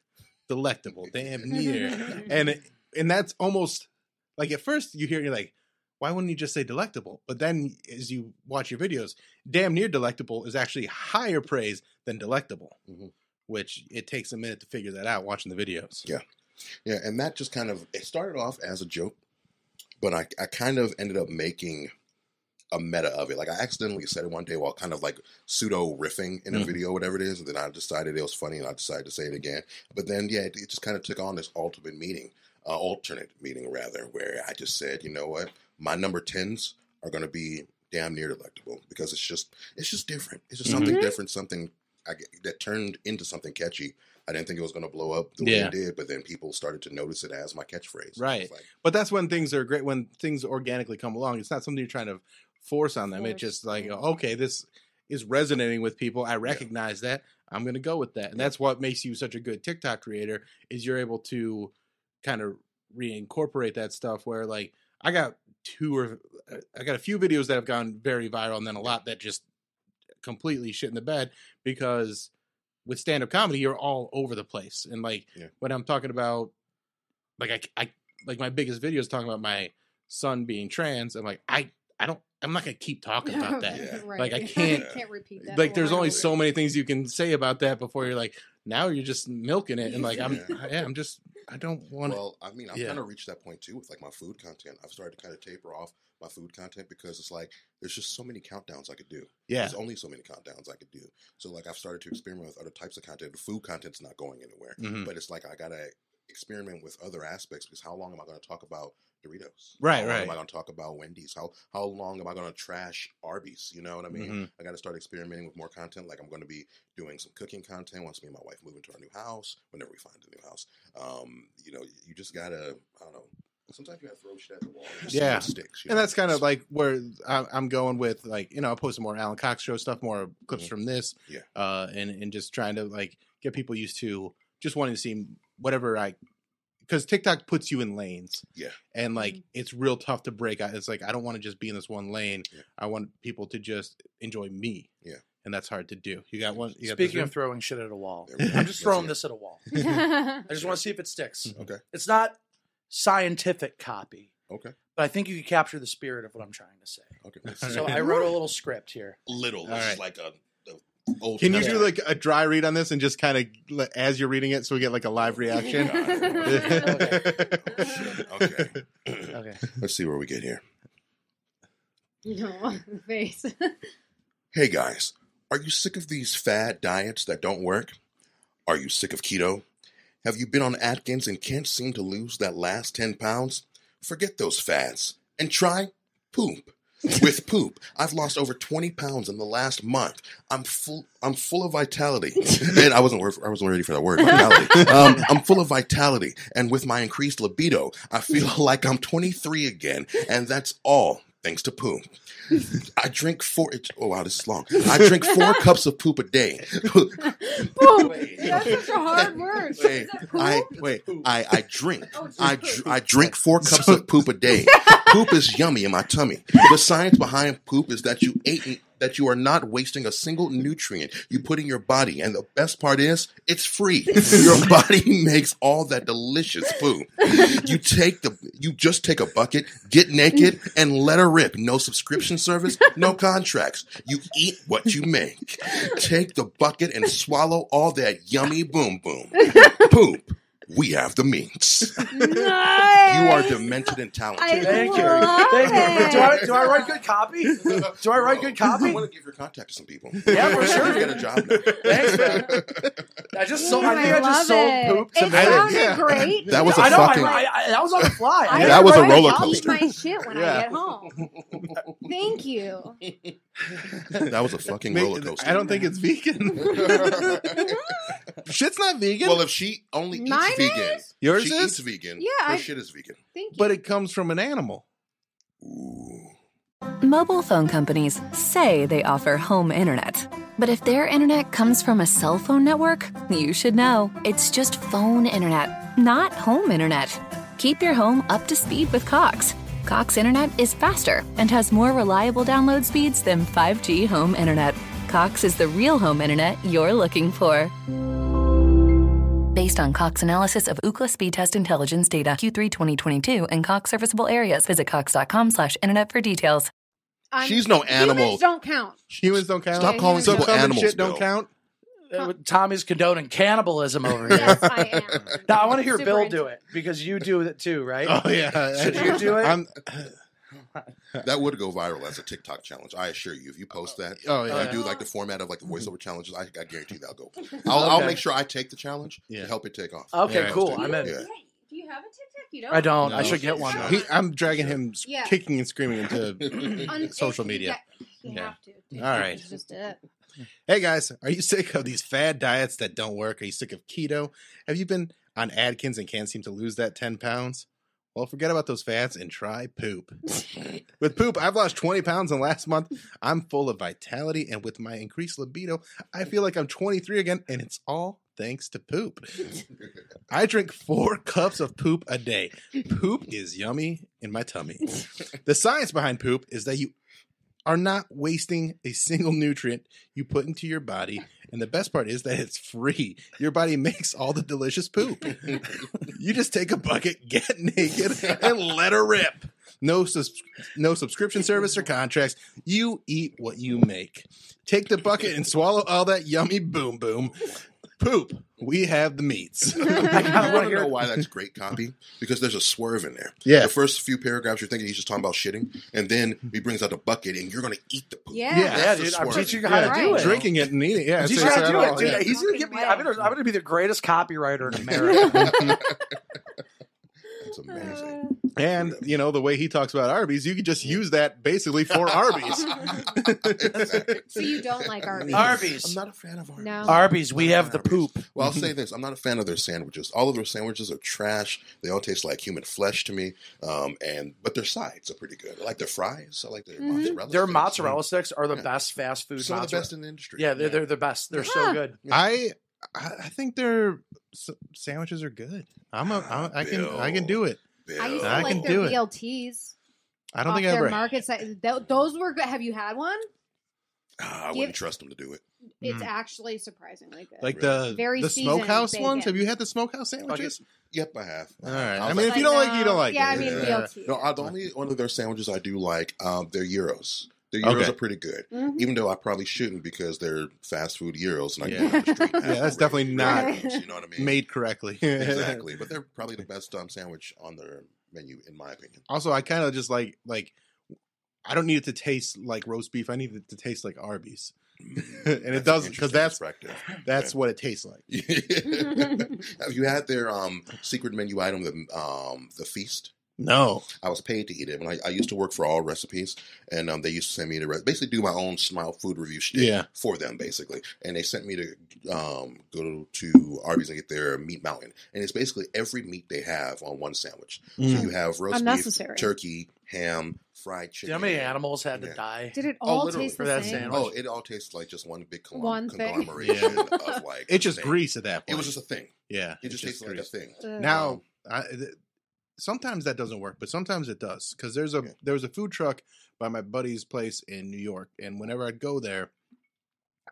S2: delectable, damn near, and it-
S3: Mm-hmm.
S2: and that's almost like at first you hear it, you're like. Why wouldn't you just say delectable? But then, as you watch your videos, damn near delectable is actually higher praise than delectable
S3: Mm-hmm.
S2: which it takes a minute to figure that out watching the videos.
S10: Yeah. Yeah, and that just kind of it started off as a joke, but I, I kind of ended up making a meta of it. Like I accidentally said it one day while kind of like pseudo riffing in a
S2: Mhm.
S10: video, whatever it is, and then I decided it was funny, and I decided to say it again. But then yeah, it, it just kind of took on this ultimate meaning, uh, alternate meaning rather, where I just said, you know what, my number tens are going to be damn near delectable because it's just it's just different. It's just something
S2: Mm-hmm.
S10: different, something I get, that turned into something catchy. I didn't think it was going to blow up the way
S2: Yeah.
S10: it did, but then people started to notice it as my catchphrase.
S2: Right.
S10: It's like,
S2: But that's when things are great when things organically come along. It's not something you're trying to force on them. It's
S3: Force,
S2: just like,
S3: yeah.
S2: okay, this is resonating with people. I recognize that. I'm going to go with that. And that's what makes you such a good TikTok creator is you're able to kind of reincorporate that stuff where like I got two or uh, I got a few videos that have gone very viral and then a lot that just completely shit in the bed because with stand up comedy you're all over the place and like
S10: Yeah.
S2: when I'm talking about like I, I like my biggest video is talking about my son being trans I'm like I I don't I'm not gonna keep talking about that
S10: Yeah.
S2: Like, I can't-
S3: can't repeat that.
S2: like there's
S3: over
S2: only
S3: and
S2: so many things you can say about that before you're like now you're just milking it and like I'm
S10: Yeah.
S2: yeah I'm just I don't want
S10: well, I mean, I've
S2: Yeah.
S10: kind of reached that point too with like my food content. I've started to kind of taper off my food content because it's like there's just so many countdowns I could do.
S2: yeah
S10: There's only so many countdowns I could do. So like I've started to experiment with other types of content. The food content's not going anywhere,
S2: Mhm.
S10: but it's like I gotta experiment with other aspects because how long am I gonna talk about Doritos?
S2: Right,
S10: How
S2: right.
S10: Long am I gonna talk about Wendy's? How how long am I gonna trash Arby's? You know what I mean?
S2: Mhm.
S10: I gotta start experimenting with more content. Like I'm gonna be doing some cooking content once me and my wife move into our new house. Whenever we find a new house, um, you know, you just gotta I don't know. Sometimes you gotta throw shit at the wall. and just see
S2: Yeah.
S10: what sticks. you
S2: and
S10: know?
S2: that's kind of like where I- I'm going with like you know I'll post some more Alan Cox show stuff, more clips
S10: Mhm.
S2: from this,
S10: Yeah.
S2: uh, and and just trying to like get people used to just wanting to see whatever I because TikTok puts you in lanes,
S10: Yeah.
S2: and like it's real tough to break. out. It's like I don't want to just be in this one lane.
S10: Yeah.
S2: I want people to just enjoy me,
S10: Yeah.
S2: and that's hard to do. You got one. You got this
S4: Speaking
S2: one?
S4: of throwing shit at a wall,
S10: There we go.
S4: I'm just
S10: Let's
S4: throwing
S10: hear it.
S4: this at a wall.
S3: over.
S4: I just want to see if it sticks.
S10: okay.
S4: It's not scientific copy,
S10: Okay.
S4: but I think you can capture the spirit of what I'm trying to say.
S10: Okay.
S4: So I wrote a little script here.
S10: little.
S2: All
S10: This
S2: right.
S10: is like a, a old.
S2: Can you
S10: testament.
S2: do like a dry read on this and just kind of as you're reading it, so we get like a live reaction?
S10: Okay.
S4: Okay.
S10: Let's see where we get here.
S3: you know, face.
S10: Hey guys, are you sick of these fad diets that don't work? Are you sick of keto? Have you been on Atkins and can't seem to lose that last 10 pounds? Forget those fads and try poop. With poop, I've lost over 20 pounds in the last month. I'm full I'm full of vitality. and I wasn't wor- I wasn't ready for that word, vitality. Um, I'm full of vitality and with my increased libido, I feel like I'm 23 again and that's all thanks to poop. I drink four. Oh wow, this is long. I drink four cups of poop a day.
S4: Oh,
S3: Boom. That's such a hard word.
S10: Wait, I wait. I, I drink. I dr- I drink four cups of poop a day. poop is yummy in my tummy. The science behind poop is that you ate that you are not wasting a single nutrient you put in your body, and the best part is it's free. Your body makes all that delicious poop. You take the you just take a bucket, get naked, and let her rip. No subscription service, no contracts. You eat what you make. Take the bucket and swallow all that yummy boom boom. Poop. We have the means. You are demented and talented.
S3: I
S4: Thank you. Thank you. Do I, do I write good copy? Do I write good
S10: I
S4: copy?
S10: want to give your contact to some people.
S4: Yeah, for sure.
S10: You got a job now.
S4: Thanks, man. I just sold. I think I just sold
S3: it.
S4: poop to
S3: It
S4: Megan.
S3: sounded
S2: Yeah.
S3: great.
S10: That was a
S4: I know. I-
S10: fucking.
S4: I, I, that was on the fly.
S3: I
S4: Yeah.
S10: That
S3: will
S10: was a
S3: write
S10: roller
S3: all
S10: coaster.
S3: My shit when
S2: Yeah.
S3: I get home. Thank you.
S10: that was a fucking
S2: Make-
S10: roller coaster.
S2: I don't think it's vegan. Shit's not vegan,
S10: Well, if she only eats
S3: Mine
S10: vegan,
S3: is?
S2: Yours
S10: she
S2: is?
S10: eats vegan.
S3: Yeah,
S10: her
S3: I-
S10: shit is vegan.
S3: Thank you.
S2: but it comes from an animal.
S10: Ooh.
S5: Mobile phone companies say they offer home internet. But if their internet comes from a cell phone network, you should know. It's just phone internet, not home internet. Keep your home up to speed with Cox. Cox internet is faster and has more reliable download speeds than 5G home internet. Cox is the real home internet you're looking for. Based on Cox analysis of Ookla speed test intelligence data Q3 2022 and Cox serviceable areas, visit cox.com slash internet for details.
S3: I'm-
S10: She's no animal.
S3: Humans don't count.
S2: Humans don't count.
S10: Stop
S3: Yeah,
S10: calling
S3: humans
S2: so
S10: people
S3: don't.
S2: some
S10: animals.
S2: shit don't
S10: Bill.
S2: count.
S4: Uh, Tommy's condoning cannibalism over here.
S3: Yes, I am.
S4: Now I want to hear
S3: Super
S4: Bill
S3: into
S4: do it because you do it too, right?
S2: Oh yeah,
S4: Should you do it?
S2: I'm,
S10: That would go viral as a TikTok challenge. I assure you. If you post that,
S2: oh
S10: if
S2: yeah.
S10: you do like the format of like the voiceover challenges, I, I guarantee that'll go. I'll, I'll
S4: Okay.
S10: make sure I take the challenge
S2: Yeah.
S10: to help it take off.
S4: Okay,
S2: Yeah.
S4: cool.
S10: Yeah.
S4: I'm in.
S10: Yeah.
S3: Do you have a TikTok? You don't.
S4: I don't.
S2: No.
S4: I should get one.
S3: Sure.
S4: though.
S2: He, I'm dragging him, s-
S3: Yeah.
S2: kicking and screaming into
S3: Un-
S2: social
S3: it-
S2: media.
S3: yeah, You
S2: Yeah.
S3: have to.
S2: All right.
S3: It's just it.
S2: Hey guys, are you sick of these fad diets that don't work? Are you sick of keto? Have you been on Adkins and can't seem to lose that 10 pounds? Well, forget about those fads and try poop. with poop, I've lost 20 pounds in the last month. I'm full of vitality, and with my increased libido, I feel like I'm 23 again, and it's all thanks to poop. I drink four cups of poop a day. Poop is yummy in my tummy. The science behind poop is that you are not wasting a single nutrient you put into your body. And the best part is that it's free. Your body makes all the delicious poop. you just take a bucket, get naked, and let her rip. No, subs- no subscription service or contracts. You eat what you make. Take the bucket and swallow all that yummy boom boom. Poop. We have the meats.
S4: I
S10: I
S4: kinda wanna
S10: want to
S4: hear-
S10: know why that's great copy because there's a swerve in there.
S2: Yeah.
S10: the first few paragraphs you're thinking he's just talking about shitting, and then he brings out the bucket, and you're gonna eat the poop.
S3: Yeah.
S2: Yeah.
S4: Yeah,
S10: the
S4: dude. I'm
S10: swerve.
S4: teaching you how
S2: Yeah,
S4: to do it.
S2: Drinking it and eating it. Yeah,
S4: Teach
S2: it's
S4: you how
S2: like-
S4: to do
S2: I
S4: it,
S2: don't-
S4: dude.
S2: yeah.
S4: He's gonna give me. I'm gonna, I'm gonna be the greatest copywriter in America.
S10: That's amazing.
S2: And you know the way he talks about Arby's, you could just use that basically for Arby's.
S3: So you don't like Arby's?
S4: Arby's.
S10: I'm not a fan of Arby's.
S3: No.
S4: Arby's, we have the poop.
S10: Well, I'll say this: I'm not a fan of their sandwiches. All of their sandwiches are trash. They all taste like human flesh to me. Um, and but their sides are pretty good. I like their fries. I like their
S3: Mm-hmm.
S10: mozzarella.
S4: Their
S10: sticks.
S4: mozzarella sticks are the
S10: Yeah.
S4: best fast food.
S10: Some of the
S4: mozzarella.
S10: best in the industry.
S4: Yeah, they're, they're the best. They're so
S3: Huh.
S4: good.
S2: I I I think their s- sandwiches are good. I'm a I'm,
S10: Ah,
S2: I can I can do it.
S3: I used to
S2: I can
S3: like
S2: do
S3: their
S2: it.
S3: BLTs.
S2: I don't
S3: off
S2: think I
S3: their
S2: ever.
S3: markets. that- th- those were good. Have you had one?
S10: Ah, I
S3: Give-
S10: wouldn't trust them to do it.
S3: It's
S2: Mm.
S3: actually surprisingly good.
S2: Like the
S3: Very
S2: the
S3: seasoned
S2: smokehouse
S3: bacon.
S2: ones. Have you had the smokehouse sandwiches?
S10: Yep, I have.
S2: All right.
S10: I
S2: I
S10: was
S2: mean,
S10: like-
S2: if you don't like, it, you don't like.
S3: Yeah,
S2: it.
S3: I mean,
S10: Yeah.
S3: BLT.
S10: No, I, the only one of their sandwiches I do like um, their gyros. Their gyros
S2: Okay.
S10: are pretty good,
S3: Mhm.
S10: even though I probably shouldn't because they're fast food gyros, and I
S2: Yeah.
S10: can get on the street. and
S2: Yeah,
S10: have
S2: that's
S10: them
S2: definitely
S10: ready-
S2: not
S10: ready to use, You know what I mean?
S2: made correctly.
S10: exactly, but they're probably the best um, sandwich on their menu, in my opinion.
S2: Also, I kind of just like like I don't need it to taste like roast beef. I need it to taste like Arby's, and it doesn't because that's that's what it tastes like.
S10: Have you had their um, secret menu item, the um, the feast?
S2: No,
S10: I was paid to eat it. When I, I used to work for All Recipes, and um, they used to send me to re- basically do my own smile food review shit
S2: Yeah.
S10: for them, basically. And they sent me to um, go to Arby's and get their meat mountain, and it's basically every meat they have on one sandwich.
S4: Mm.
S10: So you have roast beef,
S3: Unnecessary.
S10: turkey, ham, fried
S4: Do you know
S10: chicken.
S4: how many animals had to die?
S3: Did it
S10: Oh,
S3: all
S10: literally,
S3: taste
S4: for
S3: the
S4: that
S3: same?
S4: sandwich.
S10: Oh, it all tastes like just one big conglomerate.
S3: One thing.
S10: conglomeration of like
S2: It's just
S10: thing.
S2: grease at that point.
S10: It was just a thing.
S2: Yeah,
S10: It just
S2: it's
S10: tastes like a thing. Um,
S3: Ugh.
S2: Now, I, th- sometimes that doesn't work, but sometimes it does. Because there's a there was a food truck by my buddy's place in New York, and whenever I'd go there,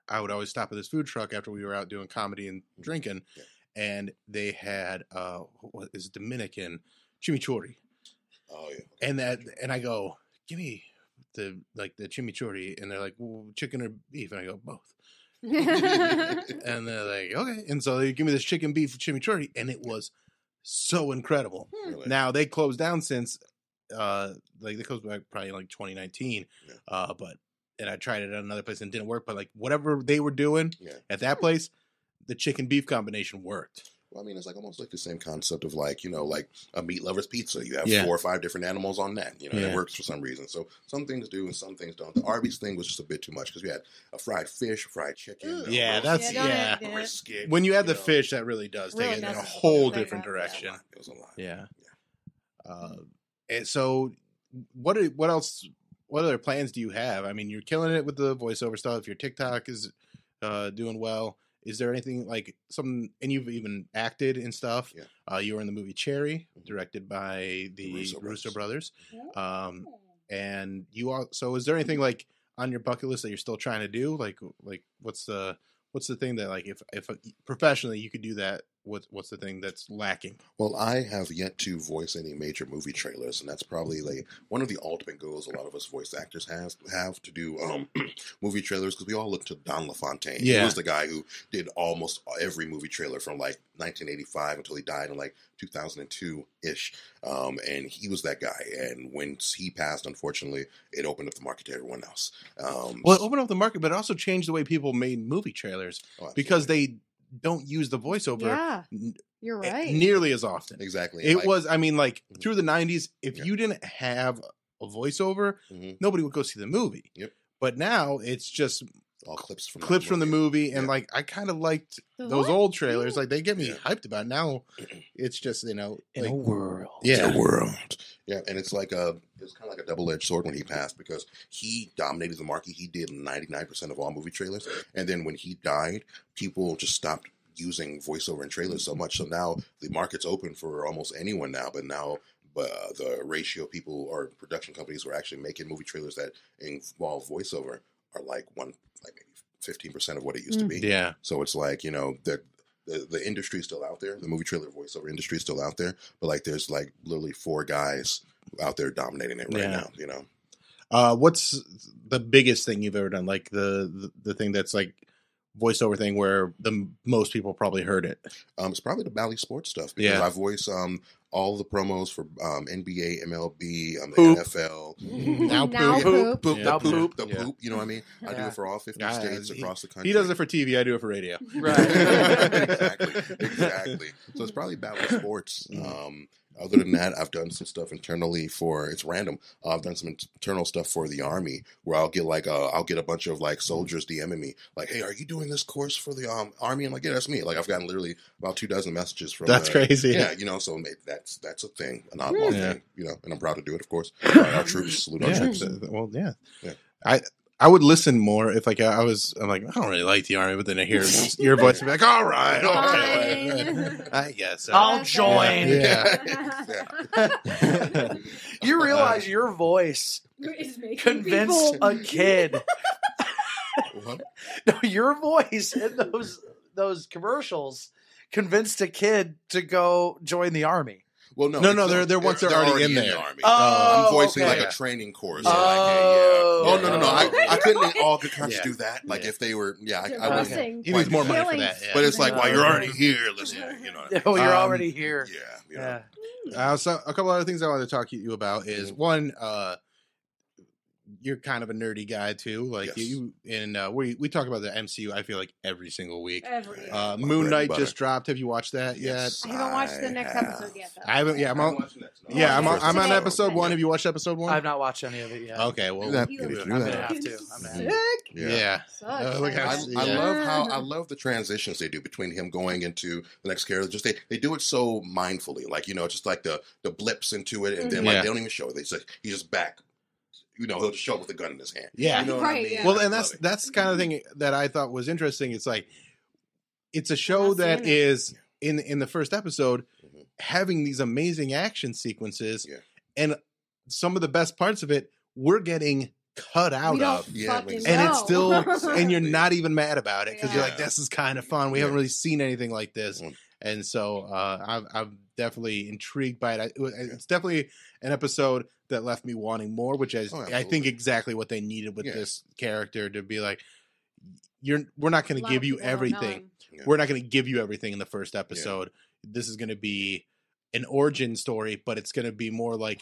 S2: I would always stop at this food truck after we were out doing comedy and drinking, and they had uh, what is Dominican chimichurri,
S10: Oh yeah.
S2: and that and I go, give me the like the chimichurri, and they're like, well, chicken or beef, and I go both. and they're like, okay. And so they give me this chicken beef chimichurri, and it was so incredible.
S10: Really?
S2: Now they closed down since, uh, like they closed back probably in, like 2019.
S10: Yeah.
S2: Uh, but and I tried it at another place and it didn't work. But like whatever they were doing
S10: Yeah.
S2: at that place, the chicken beef combination worked.
S10: Well, I mean, it's like almost like the same concept of like you know, like a meat lover's pizza. You have
S2: Yeah.
S10: four or five different animals on that. You know,
S2: Yeah.
S10: it works for some reason. So some things do and some things don't. The Arby's thing was just a bit too much because we had a fried fish, fried chicken. a
S2: Yeah,
S10: roast
S2: that's-
S10: beef,
S2: Yeah,
S3: don't
S10: a
S3: it-
S10: Brisket,
S2: When you add the
S10: know.
S2: fish, that really does take
S3: Really
S2: it in a
S3: messes with
S2: whole
S3: the thing
S2: different
S3: up, yeah.
S2: direction.
S10: It was a lot.
S2: Yeah. Uh, and so, what are, what else? What other plans do you have? I mean, you're killing it with the voiceover stuff. Your TikTok is uh, doing well. Is there anything like some? And you've even acted and stuff.
S10: Yeah.
S2: Uh, you were in the movie Cherry, directed by Mm-hmm. the, Russo,
S10: Russo
S2: brothers.
S3: Oh,
S2: Um, and you all. So, is there anything like on your bucket list that you're still trying to do? Like, like what's the what's the thing that like if if professionally you could do that? What's what's the thing that's lacking?
S10: Well, I have yet to voice any major movie trailers, and that's probably like
S2: Mm-hmm.
S10: one of the ultimate goals a lot of us voice actors have have to do um, movie trailers because we all look to Don LaFontaine.
S2: Yeah.
S10: he was the guy who did almost every movie trailer from like 1985 until he died in like 2002 ish, um, and he was that guy. And when he passed, unfortunately, it opened up the market to everyone else. Um,
S2: Well, it opened up the market, but it also changed the way people made movie trailers
S10: oh,
S2: because they don't use the voiceover
S3: Yeah,
S2: n- eh,
S3: you're right.
S2: nearly as often.
S10: exactly
S2: It
S10: Like-
S2: was, I mean, like
S10: Mhm.
S2: through the 90s, if
S10: Yeah.
S2: you didn't have a voiceover,
S10: Mhm.
S2: nobody would go see the movie.
S10: Yep.
S2: But now it's just
S10: all clips from that
S2: clips from the movie, and
S10: Yeah.
S2: like I kind of liked
S3: The
S2: those
S3: voice-
S2: old trailers.
S3: Yeah.
S2: Like they get me
S10: Yeah.
S2: hyped about. It. Now it's just you know,
S4: In
S2: like,
S4: a world.
S2: yeah,
S10: the world. Yeah, and it's like a it's kind of like a double edged sword when he passed because he dominated the market. He did ninety nine percent of all movie trailers, and then when he died, people just stopped using voiceover and trailers so much. So now the market's open for almost anyone now. But now. But uh, the ratio of people or production companies who are actually making movie trailers that involve voiceover are like one, like maybe fifteen percent of what it used to be.
S2: yeah,
S10: So it's like you know the the, the industry's still out there. The movie trailer voiceover industry is still out there, but like there's like literally four guys out there dominating it right
S2: Yeah.
S10: now. You know,
S2: Uh, what's the biggest thing you've ever done? Like the the, the thing that's like voiceover thing where the m- most people probably heard it.
S10: um, it's probably the Bally Sports stuff because
S2: Yeah.
S10: I voice um all the promos for um NBA, MLB, um, the
S2: Poop.
S10: NFL.
S2: Now
S3: Now poop.
S10: Poop,
S2: Yeah.
S10: the poop, the
S2: Yeah.
S10: poop. You know what I mean? I do
S4: Yeah.
S10: it for all fifty
S2: Yeah,
S10: states
S2: he-
S10: across the country.
S2: He does it for TV. I do it for radio.
S10: exactly, exactly. So it's probably Battle of Sports.
S2: Mm.
S10: Um, other than that, I've done some stuff internally for it's random. Uh, I've done some internal stuff for the army where I'll get like uh, I'll get a bunch of
S2: Mm.
S10: like soldiers DMing me like, "Hey, are you doing this course for the um, army?" I'm like, "Yeah, that's me." Like I've gotten literally about two dozen messages from.
S2: That's
S10: the-
S2: crazy.
S10: Yeah, you know, so ma- that's that's a thing, an oddball
S2: Yeah.
S10: thing, you know, and I'm proud to do it, of course. our troops, salute our
S2: Yeah.
S10: troops.
S2: Uh, Well, yeah.
S10: Yeah.
S2: I I would listen more if like I was. I'm like I don't really like the army, but then I hear your voice. i be like, all right, all right, all right, all right.
S3: Fine.
S2: I guess. so.
S4: I'll
S3: That's
S4: join.
S2: it.
S4: You realize your voice
S3: It's making
S4: convinced
S3: people-
S4: a kid.
S10: What?
S4: No, your voice in those those commercials convinced a kid to go join the army.
S10: Well, no,
S2: No, no,
S10: it's- um,
S2: they're- they're- once they're already in there.
S10: the army. Uh,
S4: Oh,
S10: I'm voicing
S4: okay.
S10: like a training course.
S4: Oh.
S10: like, hey, yeah. oh no, no, no!
S4: Okay.
S10: I, I couldn't in all good conscience
S2: Yeah.
S10: do that. Like
S2: Yeah.
S10: if they were, yeah, I, I
S4: Depressing.
S10: would.
S3: Divorcing.
S2: He needs more money for
S3: Killing
S2: that. yeah.
S10: But it's like,
S4: Yeah.
S10: while you're already here, listen, you know. What I mean?
S4: Oh, you're
S2: Um,
S4: already here.
S10: Yeah, you know.
S4: Yeah.
S10: Mm-hmm.
S2: Uh, so a couple other things I wanted to talk to you about is one, uh, you're kind of a nerdy guy too. Like
S10: Yes.
S2: you and uh, we we talk about the MCU. I feel like every single week.
S3: Every year.
S2: uh,
S10: My
S2: Moon
S10: bread and
S2: Knight
S10: butter.
S2: just dropped. Have you watched that
S10: Yes,
S2: yet?
S3: I haven't watched the
S10: I
S3: next
S10: have.
S3: episode yet. Though.
S2: I haven't. Yeah, I'm on. Yeah, I'm on, I'm on episode one. Have you watched episode one?
S4: I've not watched any of it yet.
S2: Okay, well,
S10: That-
S2: we'll do
S10: you need
S2: it.
S10: to do
S4: I'm
S10: that.
S4: gonna have to. I'm gonna have to.
S10: Yeah.
S2: yeah.
S3: Sucks.
S2: Uh, look
S10: I,
S2: how-
S10: I
S2: yeah.
S10: love how I love the transitions they do between him going into the next character. Just they, they do it so mindfully, like you know, just like the the blips into it, and then
S2: Mm-hmm.
S10: like
S2: Yeah.
S10: they don't even show it. They just he's just back, you know, he'll just show up with a gun in his hand.
S2: Yeah.
S10: you know
S3: Right, yeah.
S2: well
S10: I
S2: and that's
S10: love it.
S2: that's the kind of thing that i thought was interesting it's like it's a show
S3: Not seeing
S2: that
S3: it.
S2: is in in the first episode
S10: Mhm.
S2: having these amazing action sequences
S10: Yeah.
S2: and some of the best parts of it we're getting cut
S3: We
S2: out
S3: don't
S2: of
S10: Yeah,
S3: fucking
S10: makes
S2: and it's
S10: sense.
S3: know.
S2: still
S10: Exactly.
S2: and you're not even mad about it because you're like
S10: Yeah.
S2: this is kind of fun we
S10: Yeah.
S2: haven't really seen anything like this
S10: Mm.
S2: and so uh, I'm, I'm definitely intrigued by it I, it- it's definitely an episode that left me wanting more which is
S10: Oh,
S2: i think
S10: absolutely.
S2: exactly what they needed with
S10: Yeah.
S2: this character to be like you're we're not going
S3: A
S2: to
S3: lot
S2: give
S3: of
S2: you
S3: people don't know
S2: everything
S3: him.
S10: Yeah.
S2: we're not going to give you everything in the first episode this is going to be an origin story but it's going to be more like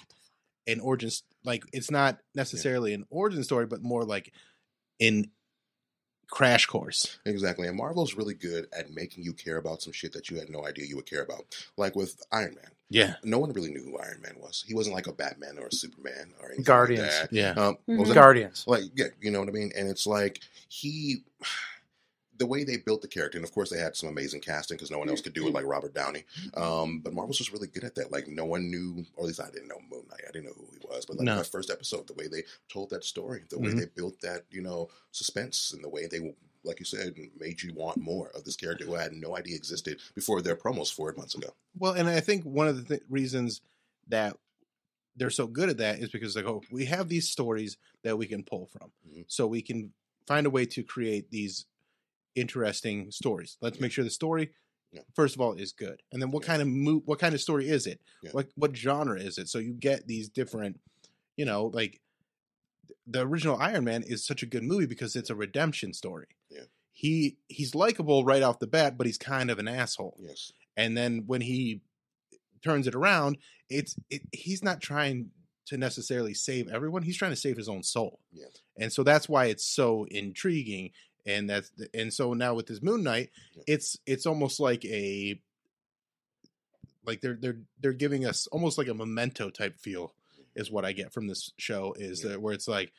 S2: an origin s- like it's not necessarily an origin story but more like in crash course
S10: Exactly. And Marvel's really good at making you care about some shit that you had no idea you would care about. Like with Iron Man.
S2: yeah
S10: No one really knew who Iron Man was. He wasn't like a Batman or a Superman or anything.
S4: Guardians.
S10: Like
S2: yeah
S10: that. Um, what
S4: Mm-hmm.
S10: was
S3: Mhm.
S10: it?
S4: Guardians.
S10: Like, yeah, you know what I mean? And it's like he the way they built the character, and of course they had some amazing casting because no one else could
S2: Mm-hmm.
S10: do it like Robert Downey. Um, but Marvel's just really good at that. Like no one knew, or at least I didn't know Moon Knight. I didn't know who he was. But like
S2: No.
S10: that first episode, the way they told that story, the way
S2: Mhm.
S10: they built that, you know, suspense, and the way they, like you said, made you want more of this character who I had no idea existed before their promos for it months ago.
S2: Well, and I think one of the th- reasons that they're so good at that is because like, oh, we have these stories that we can pull from,
S10: Mhm.
S2: so we can find a way to create these interesting stories. Let's make sure the story,
S10: Yeah.
S2: first of all, is good, and then what
S10: Yeah.
S2: kind of mo- what kind of story is it?
S10: Yeah.
S2: Like what genre is it? So you get these different, you know, like th- the original Iron Man is such a good movie because it's a redemption story.
S10: Yeah.
S2: He he's likable right off the bat, but he's kind of an asshole
S10: Yes,
S2: and then when he turns it around it's it, he's not trying to necessarily save everyone he's trying to save his own soul
S10: Yeah.
S2: and so that's why it's so intriguing and that's the- and so now with this moon knight
S10: Yeah.
S2: it's it's almost like a like they're they're they're giving us almost like a memento type feel is what i get from this show is
S10: Mm-hmm. Yeah.
S2: that where it's like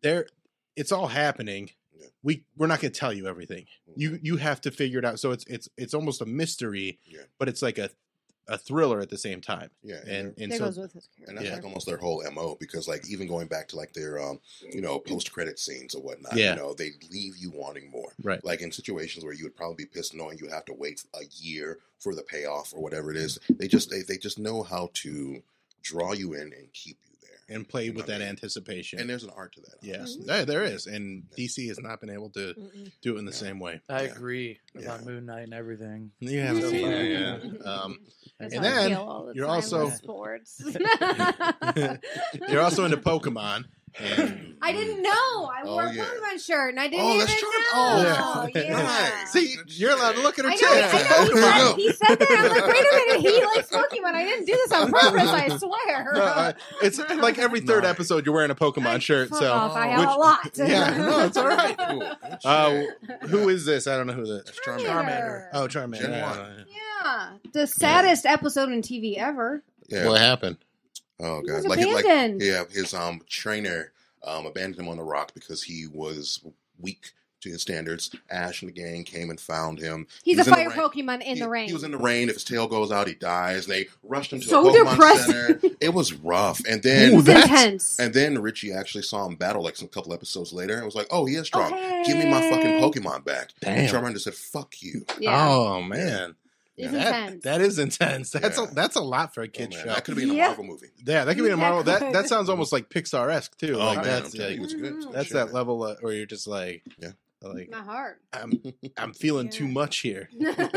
S2: there it's all happening
S10: Yeah.
S2: we we're not going to tell you everything you you have to figure it out so it's it's it's almost a mystery
S10: Yeah.
S2: but it's like a a thriller at the same time
S10: yeah,
S2: and and
S3: There
S2: so
S3: goes with his character.
S10: And that's
S2: Yeah.
S10: like almost their whole MO because like even going back to like their um you know post credit scenes or whatnot,
S2: Mm-hmm. Yeah.
S10: you know, they leave you wanting more.
S2: Right.
S10: Like in situations where you would probably be pissed knowing you have to wait a year for the payoff or whatever it is. They just they, they just know how to draw you in and keep you there.
S2: and play
S10: You know
S2: with
S10: what I
S2: that
S10: mean?
S2: anticipation
S10: And there's an art to that.
S2: yes
S3: Mm-hmm.
S10: obviously.
S2: there, there is and
S10: Yeah.
S2: dc has not been able to
S3: Mm-mm.
S2: do it in the
S10: No.
S2: same way
S4: I
S10: Yeah.
S4: agree about
S10: Yeah.
S4: Moon Knight and everything.
S2: you haven't
S4: So
S2: seen
S4: far.
S2: it yeah. um
S9: That's
S2: And
S9: how I
S2: then
S9: feel all the
S2: you're
S9: time
S2: also-
S9: with sports.
S2: you're also into pokemon and
S3: I didn't know. I
S10: Oh,
S3: wore a
S10: yeah.
S3: Pokemon shirt and I didn't
S10: Oh,
S3: even
S10: that's true.
S3: know.
S10: Oh,
S3: yeah.
S10: nice.
S2: see you're allowed to look at her
S3: I know,
S2: too
S3: I know. He
S10: There you
S3: said,
S10: go.
S3: he said that. I'm like, wait a minute. He likes Pokemon. I didn't do this on purpose. I swear.
S2: No, I- it's like every third
S10: Nice.
S2: episode you're wearing a pokemon shirt
S3: Fuck
S2: so
S3: off, I have
S2: which-
S3: a lot.
S2: yeah no it's all right
S10: Cool.
S2: uh, who is this i don't know who the
S10: That's charming.
S4: Charmander.
S2: oh charmander
S10: Gen
S2: Yeah,
S10: one.
S3: Yeah, the saddest episode in TV ever.
S10: Yeah.
S2: what happened
S10: Oh
S3: He
S10: god,
S3: was
S10: like
S3: abandoned.
S10: like yeah, his um trainer um abandoned him on the rock because he was weak to his standards. Ash and the gang came and found him. He
S3: He's
S10: was
S3: a
S10: in
S3: fire
S10: the rain.
S3: Pokemon in
S10: he,
S3: the rain.
S10: He was in the rain. If his tail goes out, he dies. They rushed him to
S3: So
S10: a Pokemon
S3: depressing.
S10: center. It was rough. And
S3: It
S10: then
S3: was
S2: That's-
S3: intense.
S10: and then Richie actually saw him battle like some couple episodes later and was like, Oh, he is strong.
S3: Okay.
S10: Give me my fucking Pokemon back. And
S2: Damn.
S10: Charmander said, Fuck you.
S3: yeah,
S2: Oh man,
S3: it's
S2: That-
S3: intense.
S2: that is intense. That's
S10: Yeah.
S2: a, that's a lot for a kid
S10: Oh, man,
S2: show.
S10: That could have been
S3: Yeah.
S10: a Marvel movie.
S2: yeah, that could be a
S3: That
S2: Marvel. That
S3: could.
S2: that sounds almost like Pixar esque too.
S10: oh
S2: like
S10: man,
S2: that's
S10: I'm telling you,
S2: like,
S10: it's good.
S3: Mm-hmm.
S10: It's good
S2: that's
S10: shit,
S2: that
S10: man.
S2: level of, where you're just like,
S10: Yeah.
S2: like
S3: my heart.
S2: I'm I'm feeling too
S3: Yeah.
S2: much here.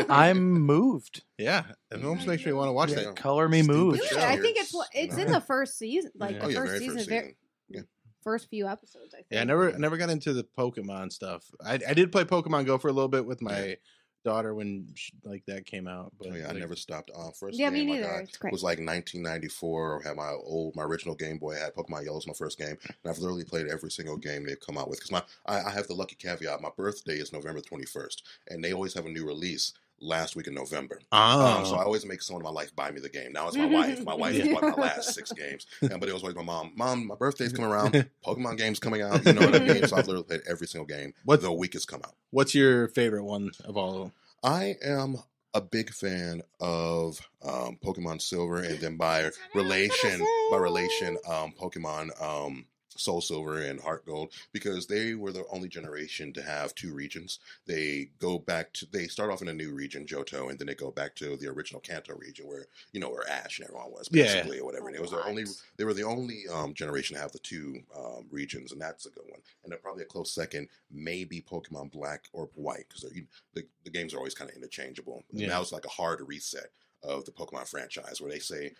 S4: I'm moved.
S2: Yeah, it almost makes me want to watch
S10: Yeah.
S2: that.
S4: Color me
S10: Stupid
S4: moved.
S10: shit.
S3: Really, I think it's it's in the first season, like
S2: Yeah.
S3: the
S10: Oh yeah,
S3: first
S10: very
S3: season,
S10: first
S3: very-
S10: season.
S3: first few episodes. I think.
S2: Yeah, I never I never got into the Pokemon stuff. I I did play Pokemon Go for a little bit with my daughter when she, like that came out. But
S10: Oh, yeah, I
S2: like,
S10: never stopped. Uh, first
S3: Yeah, me
S10: game I
S3: neither.
S10: got
S3: It's great.
S10: was like 1994. I had my old, my original Game Boy. I had Pokemon Yellow as my first game, and I've literally played every single game they've come out with. Because my, I, I have the lucky caveat: my birthday is November 21st, and they always have a new release last week in November.
S2: Oh.
S10: Um, so I always make someone in my life buy me the game. Now it's my wife. My wife has
S2: Yeah.
S10: bought my last six games, and, but it was always my mom. Mom, my birthday's coming
S2: Oh.
S10: around. Pokemon games coming out. You know what I mean? So I've literally played every single game.
S2: What-
S10: the week has come out.
S2: What's your favorite one of all of them?
S10: I am a big fan of um, Pokemon Silver, and then by relation, by relation, um, Pokemon um, Soul Silver and Heart Gold, because they were the only generation to have two regions. They go back to they start off in a new region, Johto, and then they go back to the original Kanto region, where you know where Ash and everyone was
S2: Yeah.
S10: basically or whatever. And it was the only they were the only um, generation to have the two um, regions, and that's a good one. And then probably a close second, maybe Pokemon Black or White, because the, the games are always kind of interchangeable.
S2: Yeah.
S10: Now it's like a hard reset of the Pokemon franchise, where they say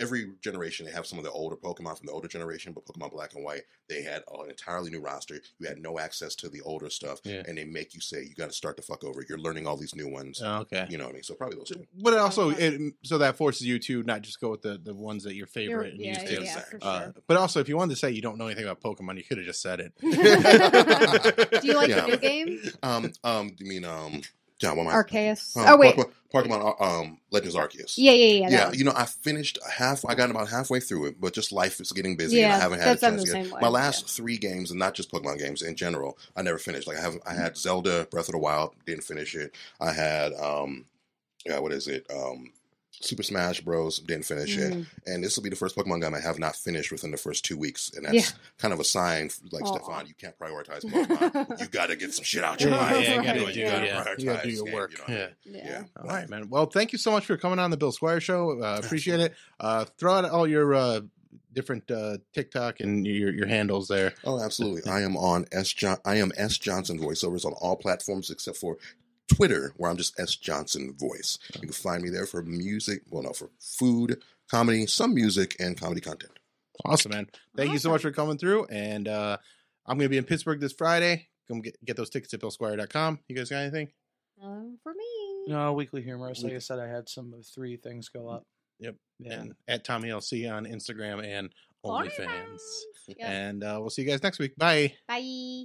S10: every generation they have some of the older Pokemon from the older generation, but Pokemon Black and White they had an entirely new roster. You had no access to the older stuff,
S2: Yeah.
S10: and they make you say you got to start the fuck over. You're learning all these new ones.
S2: Oh, okay.
S10: You know what I mean? So probably those two.
S2: But it also,
S3: Uh,
S2: it, so that forces you to not just go with the, the ones that you're
S3: You're-
S2: favorite and
S3: yeah,
S2: used
S3: yeah,
S2: to.
S3: yeah, for
S2: Uh,
S3: sure.
S2: But also, if you wanted to say you don't know anything about Pokemon, you could have just said it.
S3: Do you like
S10: Yeah.
S3: the new game?
S10: Um, um, you mean um, John? What am I-
S3: Arceus.
S10: Um,
S3: oh wait,
S10: Pokemon, Pokemon uh, um, Legends Arceus.
S3: yeah, yeah, yeah. that
S10: Yeah,
S3: one.
S10: you know, I finished half. I got about halfway through it, but just life is getting busy, and I
S3: Yeah,
S10: haven't had a
S3: that's- I'm
S10: chance.
S3: the
S10: to get-
S3: same way,
S10: My last three games, and not just Pokemon games in general, I never finished. Like I have,
S3: Mm-hmm.
S10: I had Zelda Breath of the Wild, didn't finish it. I had, um, yeah, what is it? Um, Super Smash Bros. Didn't finish it,
S3: Mhm.
S10: and this will be the first Pokemon game I have not finished within the first two weeks, and that's
S3: Yeah.
S10: kind of a sign. Like
S3: Aw.
S10: Stefan, you can't prioritize Pokemon. you got to get some shit out your
S2: Yeah,
S10: life.
S2: yeah, I
S10: You
S2: gotta
S10: know,
S2: do-
S10: you gotta
S2: yeah.
S10: prioritize
S2: You gotta do your
S10: game,
S2: work.
S10: you know what I mean?
S3: Yeah.
S10: yeah.
S2: All right, man. Well, thank you so much for coming on the Bill Squire Show. Uh, appreciate it. Uh, throw out all your uh, different uh, TikTok and your, your handles there.
S10: Oh, absolutely. I am on S John I am S Johnson voiceovers on all platforms except for Twitter, where I'm just S Johnson voice. You can find me there for music, well no, for food, comedy, some music and comedy content.
S2: Awesome, man. Thank you so much for coming through. And uh, I'm going to be in Pittsburgh this Friday. Come get, get those tickets at billsquire.com. You guys got anything?
S3: Um, for me.
S4: No, weekly humorous. Like I said, I had some three things go up.
S2: Yep.
S4: Yeah.
S2: And at Tommy LC on Instagram and OnlyFans.
S3: Yes.
S2: And uh, we'll see you guys next week. Bye.
S3: Bye.